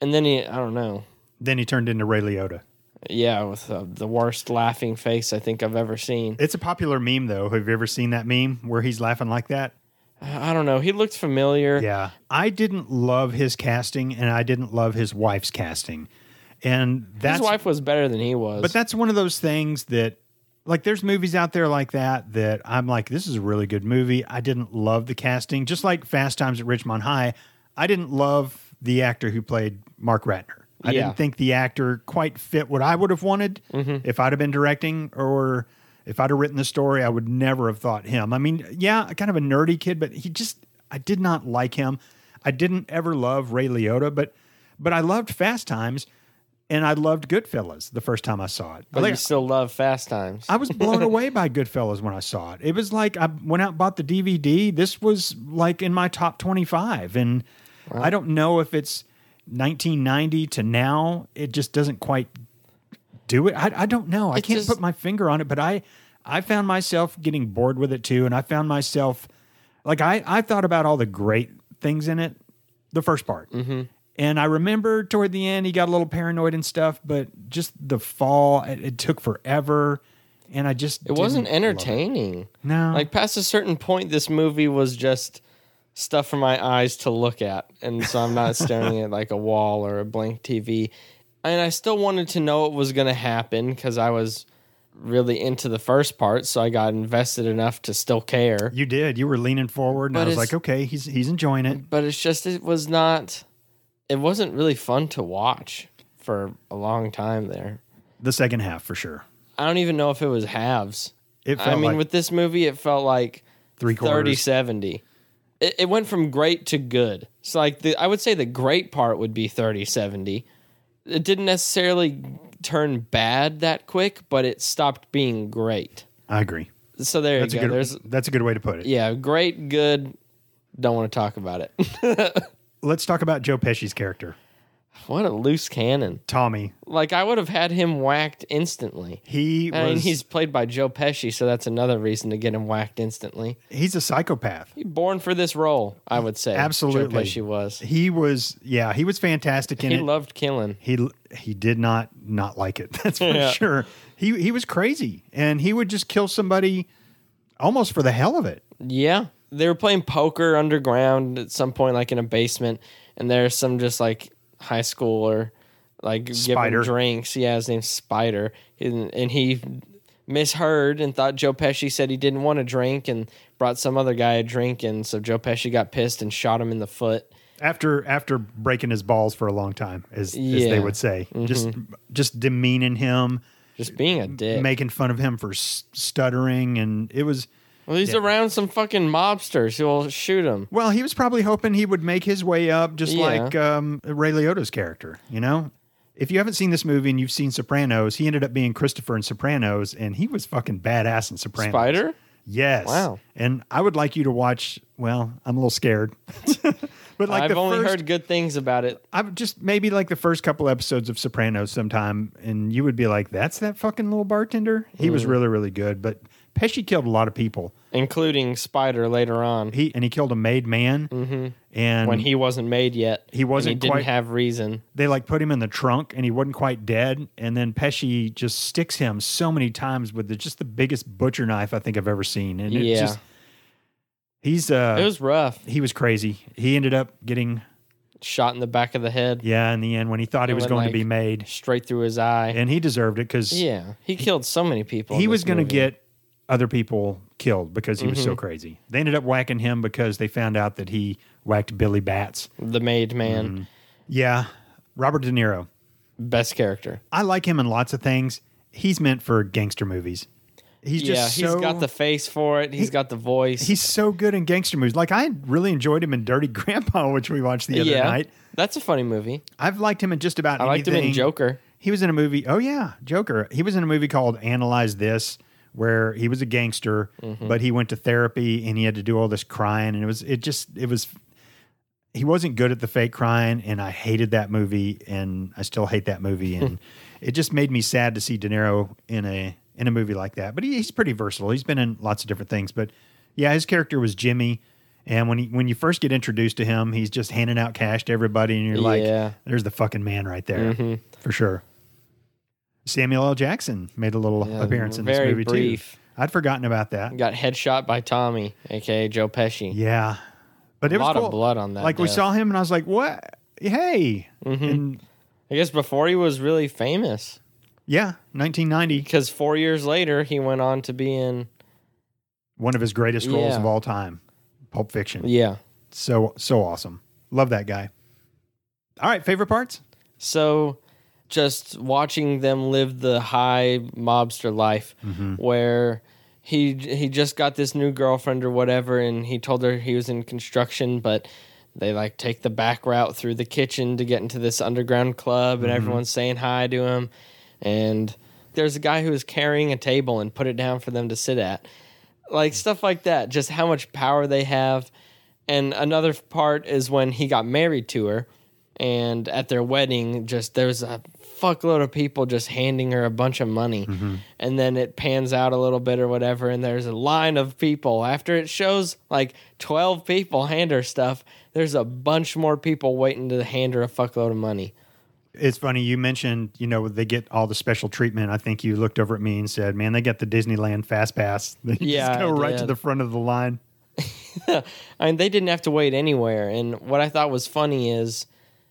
Speaker 1: And then he, I don't know,
Speaker 2: Then he turned into Ray Liotta.
Speaker 1: yeah, with uh, the worst laughing face I think I've ever seen.
Speaker 2: It's a popular meme though. Have you ever seen that meme where he's laughing like that?
Speaker 1: I I don't know. He looked familiar.
Speaker 2: Yeah. I didn't love his casting, and I didn't love his wife's casting, and that's
Speaker 1: His wife was better than he was.
Speaker 2: But that's one of those things that, like, there's movies out there like that that I'm like, this is a really good movie. I didn't love the casting, just like Fast Times at Richmond High. I didn't love the actor who played Mark Ratner. I
Speaker 1: Yeah.
Speaker 2: didn't think the actor quite fit what I would have wanted
Speaker 1: Mm-hmm.
Speaker 2: if I'd have been directing or if I'd have written the story. I would never have thought him. I mean, yeah, kind of a nerdy kid, but he just, I did not like him. I didn't ever love Ray Liotta, but but I loved Fast Times and I loved Goodfellas the first time I saw it.
Speaker 1: but
Speaker 2: Like,
Speaker 1: you still love Fast Times.
Speaker 2: I was blown away by Goodfellas when I saw it. It was like I went out and bought the DVD. This was like in my top 25. And I don't know if it's 1990 to now. It just doesn't quite do it. I, I don't know. I can't
Speaker 1: just-
Speaker 2: put my finger on it, but I, I found myself getting bored with it too. And I found myself like I, I thought about all the great things in it, the first part.
Speaker 1: Mm-hmm.
Speaker 2: And I remember toward the end, he got a little paranoid and stuff, but just the fall, it, it took forever. And I just.
Speaker 1: it wasn't
Speaker 2: didn't love Uh-huh.
Speaker 1: entertaining.
Speaker 2: No.
Speaker 1: Like past a certain point, this movie was just stuff for my eyes to look at, and so I'm not staring at like a wall or a blank TV. And I still wanted to know what was going to happen because I was really into the first part, so I got invested enough to still care.
Speaker 2: You did. You were leaning forward, and I
Speaker 1: But
Speaker 2: was
Speaker 1: it's-
Speaker 2: like, okay, he's he's enjoying it.
Speaker 1: But it's just it was not. It wasn't really fun to watch. for a long time there.
Speaker 2: The second half for sure.
Speaker 1: I don't even know if it was halves.
Speaker 2: It felt
Speaker 1: I mean,
Speaker 2: like
Speaker 1: with this movie, it felt like
Speaker 2: three
Speaker 1: 30
Speaker 2: quarters.
Speaker 1: 70. It, it went from great to good. So, like, the, I would say the great part would be 30 70. It didn't necessarily turn bad that quick, but it stopped being great.
Speaker 2: I agree.
Speaker 1: So, there
Speaker 2: That's a
Speaker 1: you go.
Speaker 2: good.
Speaker 1: There's,
Speaker 2: that's a good way to put it.
Speaker 1: yeah, great, good. Don't want to talk about it.
Speaker 2: Let's talk about Joe Pesci's character,
Speaker 1: what a loose cannon.
Speaker 2: Tommy.
Speaker 1: Like, I would have had him whacked instantly.
Speaker 2: He
Speaker 1: I mean,
Speaker 2: was.
Speaker 1: he's played by Joe Pesci, so that's another reason to get him whacked instantly.
Speaker 2: he's a psychopath.
Speaker 1: He born for this role, I would say. Joe
Speaker 2: Absolutely.
Speaker 1: Pesci was.
Speaker 2: He was. Yeah, he was fantastic in
Speaker 1: He
Speaker 2: it.
Speaker 1: loved killing.
Speaker 2: he he did not not like it. That's for
Speaker 1: Yeah.
Speaker 2: sure. He he was crazy, and he would just kill somebody almost for the hell of it.
Speaker 1: Yeah. They were playing poker underground at some point, like in a basement, and there's some just like high schooler, like
Speaker 2: Spider.
Speaker 1: giving drinks. Yeah, his name's Spider. And, and he misheard and thought Joe Pesci said he didn't want a drink and brought some other guy a drink. And so Joe Pesci got pissed and shot him in the foot.
Speaker 2: After after breaking his balls for a long time, as as
Speaker 1: Yeah. Mm-hmm.
Speaker 2: they would say, just just demeaning him,
Speaker 1: Just being a dick.
Speaker 2: making fun of him for s- stuttering, and it was
Speaker 1: well, he's around some fucking mobsters who will shoot him.
Speaker 2: well, he was probably hoping he would make his way up, just
Speaker 1: Yeah.
Speaker 2: like um, Ray Liotta's character. You know, if you haven't seen this movie and you've seen Sopranos, he ended up being Christopher in Sopranos, and he was fucking badass in Sopranos.
Speaker 1: Spider?
Speaker 2: Yes.
Speaker 1: Wow.
Speaker 2: And I would like you to watch. Well, I'm a little scared, but like
Speaker 1: I've
Speaker 2: the
Speaker 1: only
Speaker 2: first,
Speaker 1: heard good things about it.
Speaker 2: I've just maybe like the first couple episodes of Sopranos sometime, and you would be like, "That's that fucking little bartender." He
Speaker 1: Mm.
Speaker 2: was really, really good, but Pesci killed a lot of people.
Speaker 1: including Spider later on
Speaker 2: He and he killed a made man, and
Speaker 1: Mm-hmm. when he wasn't made yet.
Speaker 2: He wasn't
Speaker 1: and he didn't
Speaker 2: quite-
Speaker 1: have reason.
Speaker 2: they like put him in the trunk, and he wasn't quite dead, and then Pesci just sticks him so many times with the, just the biggest butcher knife I think I've ever seen, and it
Speaker 1: Yeah.
Speaker 2: just he's uh
Speaker 1: It was rough.
Speaker 2: he was crazy. He ended up getting
Speaker 1: Shot in the back of the head,
Speaker 2: Yeah, in the end, when he thought he
Speaker 1: It
Speaker 2: was
Speaker 1: went,
Speaker 2: going
Speaker 1: like-
Speaker 2: to be made,
Speaker 1: straight through his eye.
Speaker 2: and he deserved it because
Speaker 1: yeah, he, killed so many people. in
Speaker 2: he
Speaker 1: this
Speaker 2: was going to
Speaker 1: movie. Mm-hmm.
Speaker 2: get other people killed because he was so crazy. They ended up whacking him because they found out that he whacked Billy Bats.
Speaker 1: the made
Speaker 2: Mm-hmm.
Speaker 1: man,
Speaker 2: Yeah, Robert De Niro.
Speaker 1: best character.
Speaker 2: I like him in lots of things. He's meant for gangster movies. He's
Speaker 1: yeah,
Speaker 2: just so,
Speaker 1: he's got the face for it. He's got the voice.
Speaker 2: he's so good in gangster movies. Like I really enjoyed him in Dirty Grandpa, which we watched the other
Speaker 1: yeah,
Speaker 2: night.
Speaker 1: that's a funny movie.
Speaker 2: I've liked him in just about.
Speaker 1: I liked him in
Speaker 2: anything.
Speaker 1: Joker.
Speaker 2: He was in a movie. Oh yeah, Joker. He was in a movie called Analyze This, where he was a gangster,
Speaker 1: Mm-hmm.
Speaker 2: but he went to therapy and he had to do all this crying, and it was it just it was. He wasn't good at the fake crying, and I hated that movie, and I still hate that movie,
Speaker 1: Hmm.
Speaker 2: and it just made me sad to see De Niro in a in a movie like that. But he, he's pretty versatile. He's been in lots of different things, but yeah, his character was Jimmy. And when he, when you first get introduced to him, he's just handing out cash to everybody, and you're like,
Speaker 1: Yeah. Mm-hmm.
Speaker 2: "There's the fucking man right there, for sure." Samuel L. Jackson made a little
Speaker 1: Yeah,
Speaker 2: appearance in this
Speaker 1: very
Speaker 2: movie
Speaker 1: brief.
Speaker 2: too. I'd forgotten about that.
Speaker 1: Got headshot by Tommy, aka Joe Pesci.
Speaker 2: Yeah, but it
Speaker 1: a
Speaker 2: was
Speaker 1: lot
Speaker 2: cool.
Speaker 1: of blood on that.
Speaker 2: Like we
Speaker 1: death. Mm-hmm.
Speaker 2: saw him, and I was like, "What? Hey!" And
Speaker 1: I guess before he was really famous.
Speaker 2: yeah, 1990,
Speaker 1: because four years later he went on to be in
Speaker 2: one of his greatest roles
Speaker 1: Yeah.
Speaker 2: of all time, Pulp Fiction.
Speaker 1: yeah
Speaker 2: So so awesome. Love that guy. All right, favorite parts.
Speaker 1: so just watching them live the high mobster life where he he just got this new girlfriend or whatever and he told her he was in construction but they like take the back route through the kitchen to get into this underground club and everyone's saying hi to him and there's a guy who was carrying a table and put it down for them to sit at like stuff like that just how much power they have and another part is when he got married to her and at their wedding just there was a fuckload of people just handing her a bunch of money and then it pans out a little bit or whatever and there's a line of people after it shows like 12 people hand her stuff there's a bunch more people waiting to hand her a fuckload of money
Speaker 2: It's funny you mentioned, you know, they get all the special treatment. I think you looked over at me and said, "Man, they get the Disneyland fast pass. They
Speaker 1: Yeah,
Speaker 2: just go
Speaker 1: I
Speaker 2: right to
Speaker 1: did.
Speaker 2: the front of the line."
Speaker 1: I mean, they didn't have to wait anywhere. And what I thought was funny is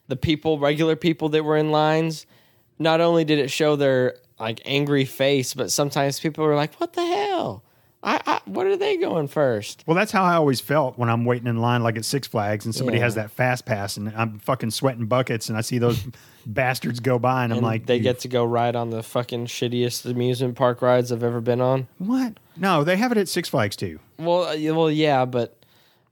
Speaker 1: the people, regular people that were in lines, not only did it show their like angry face, but sometimes people were like, "What the hell? I, I what are they going first?
Speaker 2: Well, that's how I always felt when I'm waiting in line, like at Six Flags, and somebody
Speaker 1: Yeah.
Speaker 2: has that fast pass, and I'm fucking sweating buckets, and I see those bastards go by, and, I'm
Speaker 1: And
Speaker 2: like,
Speaker 1: they
Speaker 2: "You
Speaker 1: get to go ride on the fucking shittiest amusement park rides I've ever been on.
Speaker 2: what? No, they have it at Six Flags too.
Speaker 1: Well, uh, yeah, well, yeah, but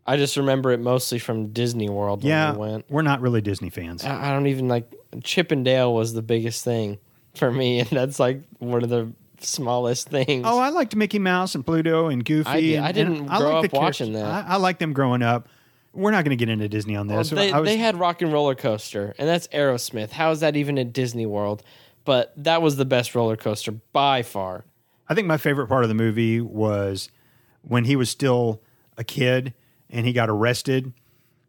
Speaker 1: I just remember it mostly from Disney World when
Speaker 2: yeah,
Speaker 1: we went. Uh,
Speaker 2: we're not really Disney fans.
Speaker 1: I I don't even like Chippendale was the biggest thing for me, and that's like one of the smallest things.
Speaker 2: Oh, I liked Mickey Mouse and Pluto and Goofy.
Speaker 1: I did-
Speaker 2: and,
Speaker 1: I didn't
Speaker 2: and
Speaker 1: grow
Speaker 2: liked
Speaker 1: up watching that.
Speaker 2: I, I like them growing up. We're not going to get into Disney on
Speaker 1: Well,
Speaker 2: this.
Speaker 1: they,
Speaker 2: I was-
Speaker 1: they had Rock and Roller Coaster, and that's Aerosmith. How is that even at Disney World? But that was the best roller coaster by far.
Speaker 2: I think my favorite part of the movie was when he was still a kid and he got arrested,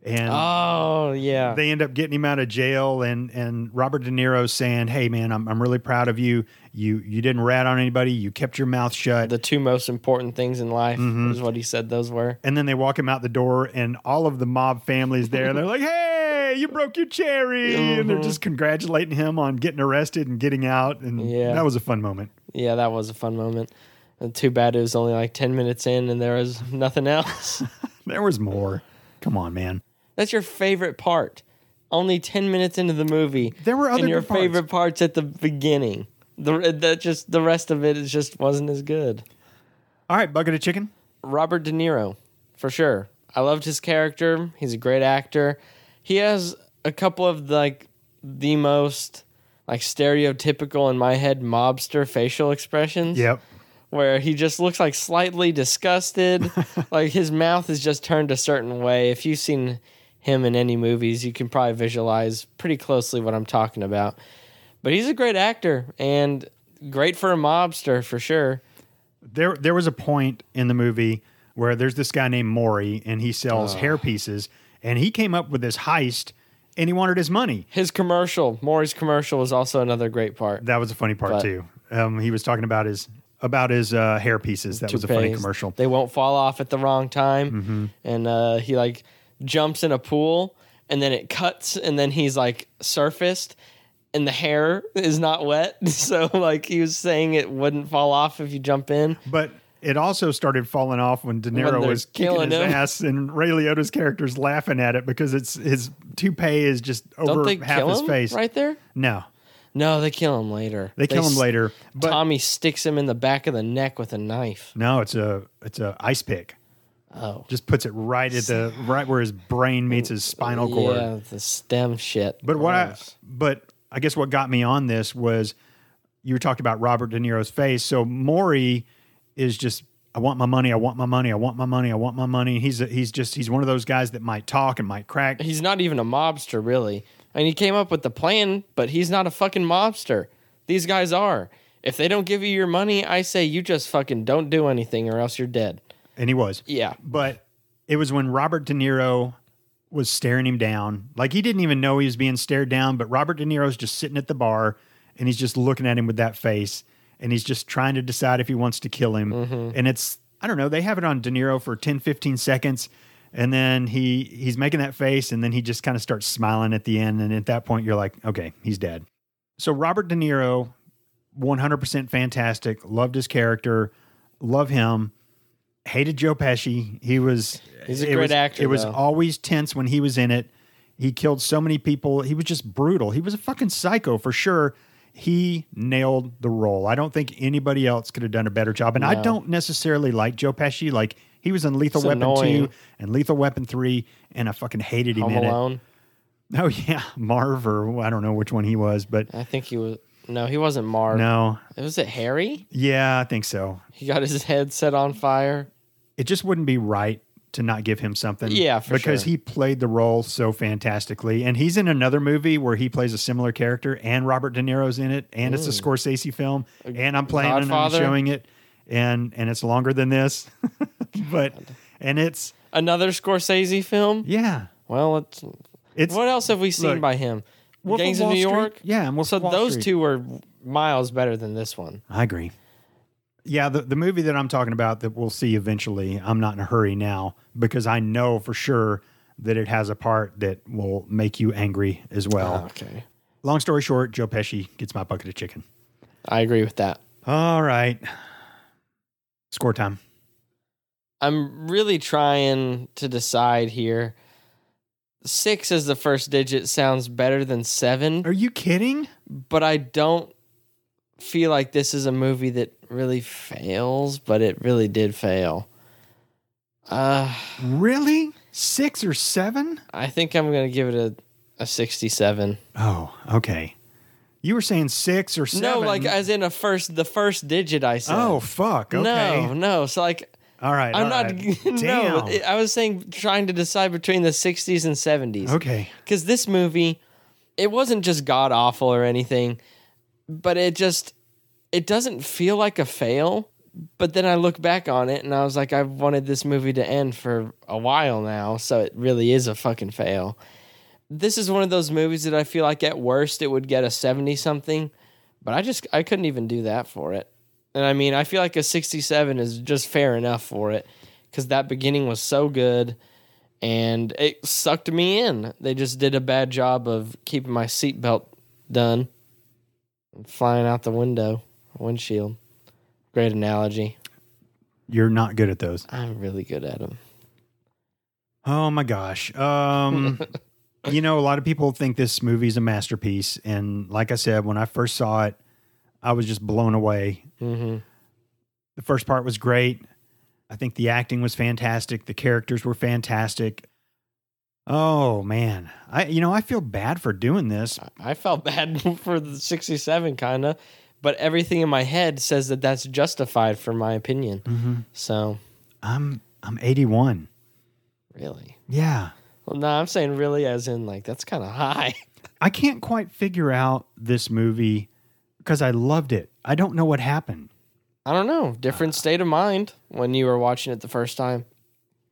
Speaker 2: and
Speaker 1: Oh yeah,
Speaker 2: they end up getting him out of jail and and Robert De Niro saying, "Hey man, I'm I'm really proud of you. You you didn't rat on anybody. You kept your mouth shut."
Speaker 1: the two most important things in life
Speaker 2: Mm-hmm.
Speaker 1: is what he said those were.
Speaker 2: and then they walk him out the door and all of the mob families there and they're like, "Hey, you broke your cherry." And they're just congratulating him on getting arrested and getting out and
Speaker 1: Yeah.
Speaker 2: that was a fun moment.
Speaker 1: Yeah, that was a fun moment. And too bad it was only like ten minutes in, and there was nothing else.
Speaker 2: There was more. Come on, man.
Speaker 1: that's your favorite part. Only ten minutes into the movie,
Speaker 2: There were other
Speaker 1: and your
Speaker 2: good parts.
Speaker 1: favorite parts at the beginning. The that just the rest of it is just wasn't as good.
Speaker 2: All right, bucket of chicken.
Speaker 1: Robert De Niro, for sure. I loved his character. He's a great actor. He has a couple of like the most like stereotypical in my head mobster facial expressions.
Speaker 2: Yep.
Speaker 1: Where he just looks like slightly disgusted. like his mouth is just turned a certain way. If you've seen him in any movies, you can probably visualize pretty closely what I'm talking about. But he's a great actor and great for a mobster for sure.
Speaker 2: There there was a point in the movie where there's this guy named Maury and he sells hair pieces and he came up with this heist and he wanted his money.
Speaker 1: His commercial, Maury's commercial, was also another great part.
Speaker 2: That was a funny part
Speaker 1: But-
Speaker 2: too. Um, he was talking about his about his uh, hair pieces. That was a funny
Speaker 1: Toupees.
Speaker 2: commercial. Mm-hmm.
Speaker 1: They won't fall off at the wrong time, and uh, he like jumps in a pool, and then it cuts, and then he's like surfaced, and the hair is not wet, so like he was saying it wouldn't fall off if you jump in.
Speaker 2: But it also started falling off when De
Speaker 1: they're
Speaker 2: Niro was kicking
Speaker 1: killing
Speaker 2: his
Speaker 1: him.
Speaker 2: ass, and Ray Liotta's character's laughing at it because it's his toupee is just
Speaker 1: Don't
Speaker 2: over
Speaker 1: they
Speaker 2: half
Speaker 1: kill
Speaker 2: his
Speaker 1: him
Speaker 2: face.
Speaker 1: right there?
Speaker 2: No,
Speaker 1: No, they kill him later.
Speaker 2: they kill him
Speaker 1: s-
Speaker 2: later. But
Speaker 1: Tommy sticks him in the back of the neck with a knife.
Speaker 2: no, it's a it's a ice pick.
Speaker 1: Oh,
Speaker 2: Just puts it right at the right where his brain meets his spinal cord.
Speaker 1: yeah, the stem shit.
Speaker 2: But what I,
Speaker 1: Gross.
Speaker 2: but I guess what got me on this was you were talking about Robert De Niro's face. So Maury is just I want my money, I want my money, I want my money, I want my money. He's a, he's just he's one of those guys that might talk and might crack.
Speaker 1: he's not even a mobster really and he came up with the plan but he's not a fucking mobster these guys are if they don't give you your money i say you just fucking don't do anything or else you're dead
Speaker 2: And he was.
Speaker 1: yeah
Speaker 2: But it was when Robert De Niro was staring him down. Like he didn't even know he was being stared down, but Robert De Niro's just sitting at the bar and he's just looking at him with that face and he's just trying to decide if he wants to kill him.
Speaker 1: Mm-hmm.
Speaker 2: And it's I don't know, they have it on De Niro for 10 15 seconds and then he he's making that face and then he just kind of starts smiling at the end and at that point you're like, okay, he's dead. So Robert De Niro 100% fantastic, loved his character, love him. Hated Joe Pesci. He was
Speaker 1: He's a
Speaker 2: it
Speaker 1: great
Speaker 2: was-
Speaker 1: actor,
Speaker 2: It was
Speaker 1: though.
Speaker 2: always tense when he was in it. He killed so many people. He was just brutal. He was a fucking psycho for sure. He nailed the role. I don't think anybody else could have done a better job. And I
Speaker 1: No.
Speaker 2: don't necessarily like Joe Pesci. Like he was in Lethal
Speaker 1: It's
Speaker 2: Weapon
Speaker 1: annoying.
Speaker 2: Two and Lethal Weapon Three, and I fucking hated him
Speaker 1: home
Speaker 2: in
Speaker 1: alone
Speaker 2: it. Oh yeah, Marv or I don't know which one he was, but
Speaker 1: i think he was no he wasn't marv
Speaker 2: no,
Speaker 1: was it harry
Speaker 2: yeah, I think so.
Speaker 1: he got his head set on fire
Speaker 2: it just wouldn't be right to not give him something.
Speaker 1: Yeah, for
Speaker 2: because
Speaker 1: sure.
Speaker 2: he played the role so fantastically, and he's in another movie where he plays a similar character, and Robert De Niro's in it, and it's a Scorsese film, and I'm playing and I'm
Speaker 1: Mm. Godfather?
Speaker 2: showing it, and and it's longer than this, but and it's
Speaker 1: another scorsese film
Speaker 2: yeah,
Speaker 1: well it's
Speaker 2: it's
Speaker 1: what else have we seen
Speaker 2: Look,
Speaker 1: by him
Speaker 2: Wolf of
Speaker 1: gangs
Speaker 2: Wall
Speaker 1: of new
Speaker 2: Street?
Speaker 1: york
Speaker 2: Yeah, and Wolf
Speaker 1: so
Speaker 2: of Wall
Speaker 1: those
Speaker 2: Street.
Speaker 1: two were miles better than this one
Speaker 2: I agree. Yeah, the, the movie that I'm talking about that we'll see eventually, I'm not in a hurry now because I know for sure that it has a part that will make you angry as well.
Speaker 1: okay
Speaker 2: Long story short, Joe Pesci gets my bucket of chicken.
Speaker 1: i agree with that
Speaker 2: All right. Score time.
Speaker 1: I'm really trying to decide here. Six as the first digit sounds better than seven,
Speaker 2: Are you kidding?
Speaker 1: but I don't feel like this is a movie that really fails, but it really did fail. Uh,
Speaker 2: Really? Six or seven?
Speaker 1: I think I'm going to give it a, a 67.
Speaker 2: Oh, okay. You were saying six or
Speaker 1: No,
Speaker 2: seven.
Speaker 1: like as in a first, the first digit I said.
Speaker 2: oh fuck. Okay.
Speaker 1: no, no. So like,
Speaker 2: All right.
Speaker 1: I'm
Speaker 2: all
Speaker 1: not.
Speaker 2: right.
Speaker 1: no,
Speaker 2: Damn.
Speaker 1: it- I was saying trying to decide between the 60s and 70s.
Speaker 2: okay.
Speaker 1: because this movie it wasn't just god awful or anything but it just it doesn't feel like a fail but then i look back on it and i was like i've wanted this movie to end for a while now so it really is a fucking fail this is one of those movies that i feel like at worst it would get a 70 something but i just i couldn't even do that for it and i mean i feel like a 67 is just fair enough for it because that beginning was so good and it sucked me in. They just did a bad job of keeping my seatbelt done and flying out the window, windshield. Great analogy.
Speaker 2: You're not good at those.
Speaker 1: I'm really good at them.
Speaker 2: Oh my gosh. Um, you know, a lot of people think this movie is a masterpiece, and like I said, when I first saw it, I was just blown away.
Speaker 1: hmm
Speaker 2: The first part was great. I think the acting was fantastic. The characters were fantastic. Oh man, I you know I feel bad for doing this.
Speaker 1: I felt bad for the 67, kind of, but everything in my head says that that's justified for my opinion. So,
Speaker 2: I'm I'm 81.
Speaker 1: really?
Speaker 2: Yeah,
Speaker 1: Well, no, I'm saying really as in, like, that's kind of high.
Speaker 2: I can't quite figure out this movie because I loved it. I don't know what happened.
Speaker 1: I don't know. Different state of mind when you were watching it the first time.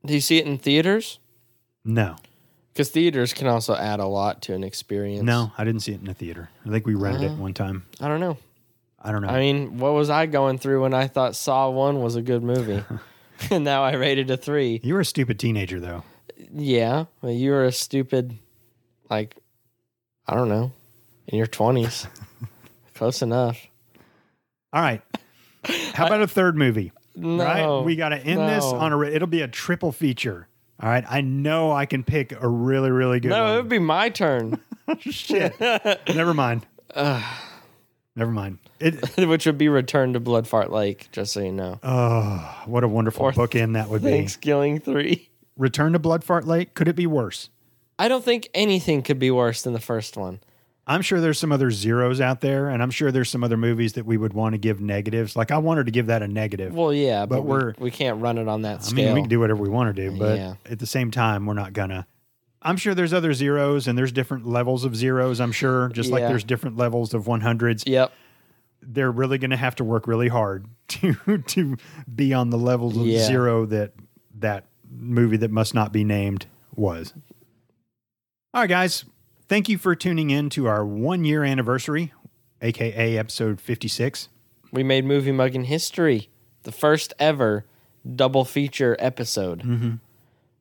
Speaker 1: Do you see it in theaters?
Speaker 2: No,
Speaker 1: Because theaters can also add a lot to an experience.
Speaker 2: no, I didn't see it in the theater. I think we rented it one time.
Speaker 1: I don't know.
Speaker 2: I don't know.
Speaker 1: I mean, what was I going through when I thought Saw 1 was a good movie? and now I rated a 3.
Speaker 2: you were a stupid teenager though.
Speaker 1: Yeah. Well, you were a stupid, like, I don't know, in your 20s. Close enough.
Speaker 2: All right. How about a third movie?
Speaker 1: No.
Speaker 2: right? We got to end this
Speaker 1: no.
Speaker 2: on a. It'll be a triple feature. All right. I know I can pick a really, really good
Speaker 1: No, it
Speaker 2: one.
Speaker 1: would be my turn,
Speaker 2: Shit. Never mind. Never mind. It.
Speaker 1: which would be Return to Bloodfart Lake, just so you know.
Speaker 2: Oh, what a wonderful
Speaker 1: Fourth
Speaker 2: bookend that would be.
Speaker 1: Thanks, Killing 3.
Speaker 2: Return to Bloodfart Lake. Could it be worse?
Speaker 1: I don't think anything could be worse than the first one.
Speaker 2: I'm sure there's some other zeros out there, and I'm sure there's some other movies that we would want to give negatives. Like I wanted to give that a negative.
Speaker 1: Well, yeah, but,
Speaker 2: But
Speaker 1: we-
Speaker 2: we're-
Speaker 1: we, can't run it on that
Speaker 2: I
Speaker 1: scale. Uh,
Speaker 2: mean, we can do whatever we want to do, but
Speaker 1: Yeah.
Speaker 2: at the same time, we're not gonna. I'm sure there's other zeros and there's different levels of zeros. I'm sure, just like
Speaker 1: Yeah.
Speaker 2: there's different levels of 100s.
Speaker 1: Yep.
Speaker 2: They're really gonna have to work really hard to to be on the levels of
Speaker 1: Yeah.
Speaker 2: zero that that movie that must not be named was. All right, guys, thank you for tuning in to our one year anniversary, aka episode 56.
Speaker 1: We made Movie Mugging History, the first ever double feature episode.
Speaker 2: Mm-hmm.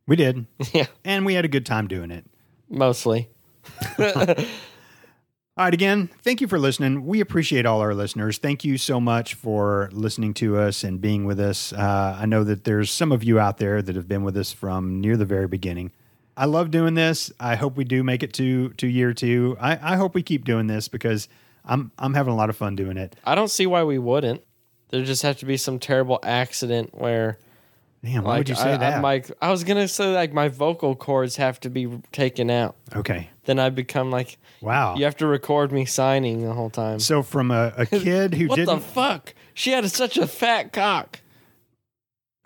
Speaker 2: We did,
Speaker 1: Yeah,
Speaker 2: and we had a good time doing it.
Speaker 1: mostly.
Speaker 2: All right, again, thank you for listening. We appreciate all our listeners. Thank you so much for listening to us and being with us. Uh, I know that there's some of you out there that have been with us from near the very beginning. I love doing this. I hope we do make it to to year two. I, I hope we keep doing this because I'm I'm having a lot of fun doing it.
Speaker 1: I don't see why we wouldn't. There just have to be some terrible accident where,
Speaker 2: Damn, why
Speaker 1: like,
Speaker 2: would you say
Speaker 1: I,
Speaker 2: that?
Speaker 1: am like, I was gonna say like my vocal cords have to be taken out.
Speaker 2: okay,
Speaker 1: Then I become like,
Speaker 2: wow.
Speaker 1: you have to record me signing the whole time.
Speaker 2: So from a, a kid who
Speaker 1: What
Speaker 2: didn't
Speaker 1: the fuck? She had such a fat cock.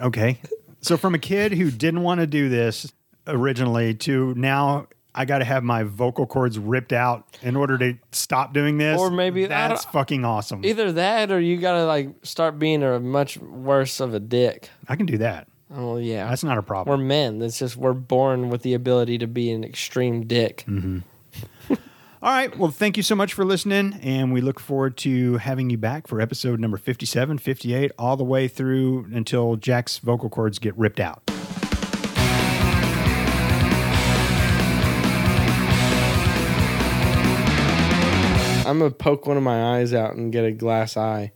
Speaker 2: Okay. So from a kid who didn't want to do this originally to now I got to have my vocal cords ripped out in order to stop doing this.
Speaker 1: Or maybe- I
Speaker 2: that's
Speaker 1: don't-
Speaker 2: fucking awesome.
Speaker 1: Either that, or you gotta like start being a much worse of a dick.
Speaker 2: I can do that.
Speaker 1: Oh yeah,
Speaker 2: That's not a
Speaker 1: We're
Speaker 2: problem.
Speaker 1: men. That's just we're born with the ability to be an extreme dick.
Speaker 2: All right. Well, thank you so much for listening and we look forward to having you back for episode number 57, 58 all the way through until Jack's vocal cords get ripped out.
Speaker 1: I'm gonna poke one of my eyes out and get a glass eye.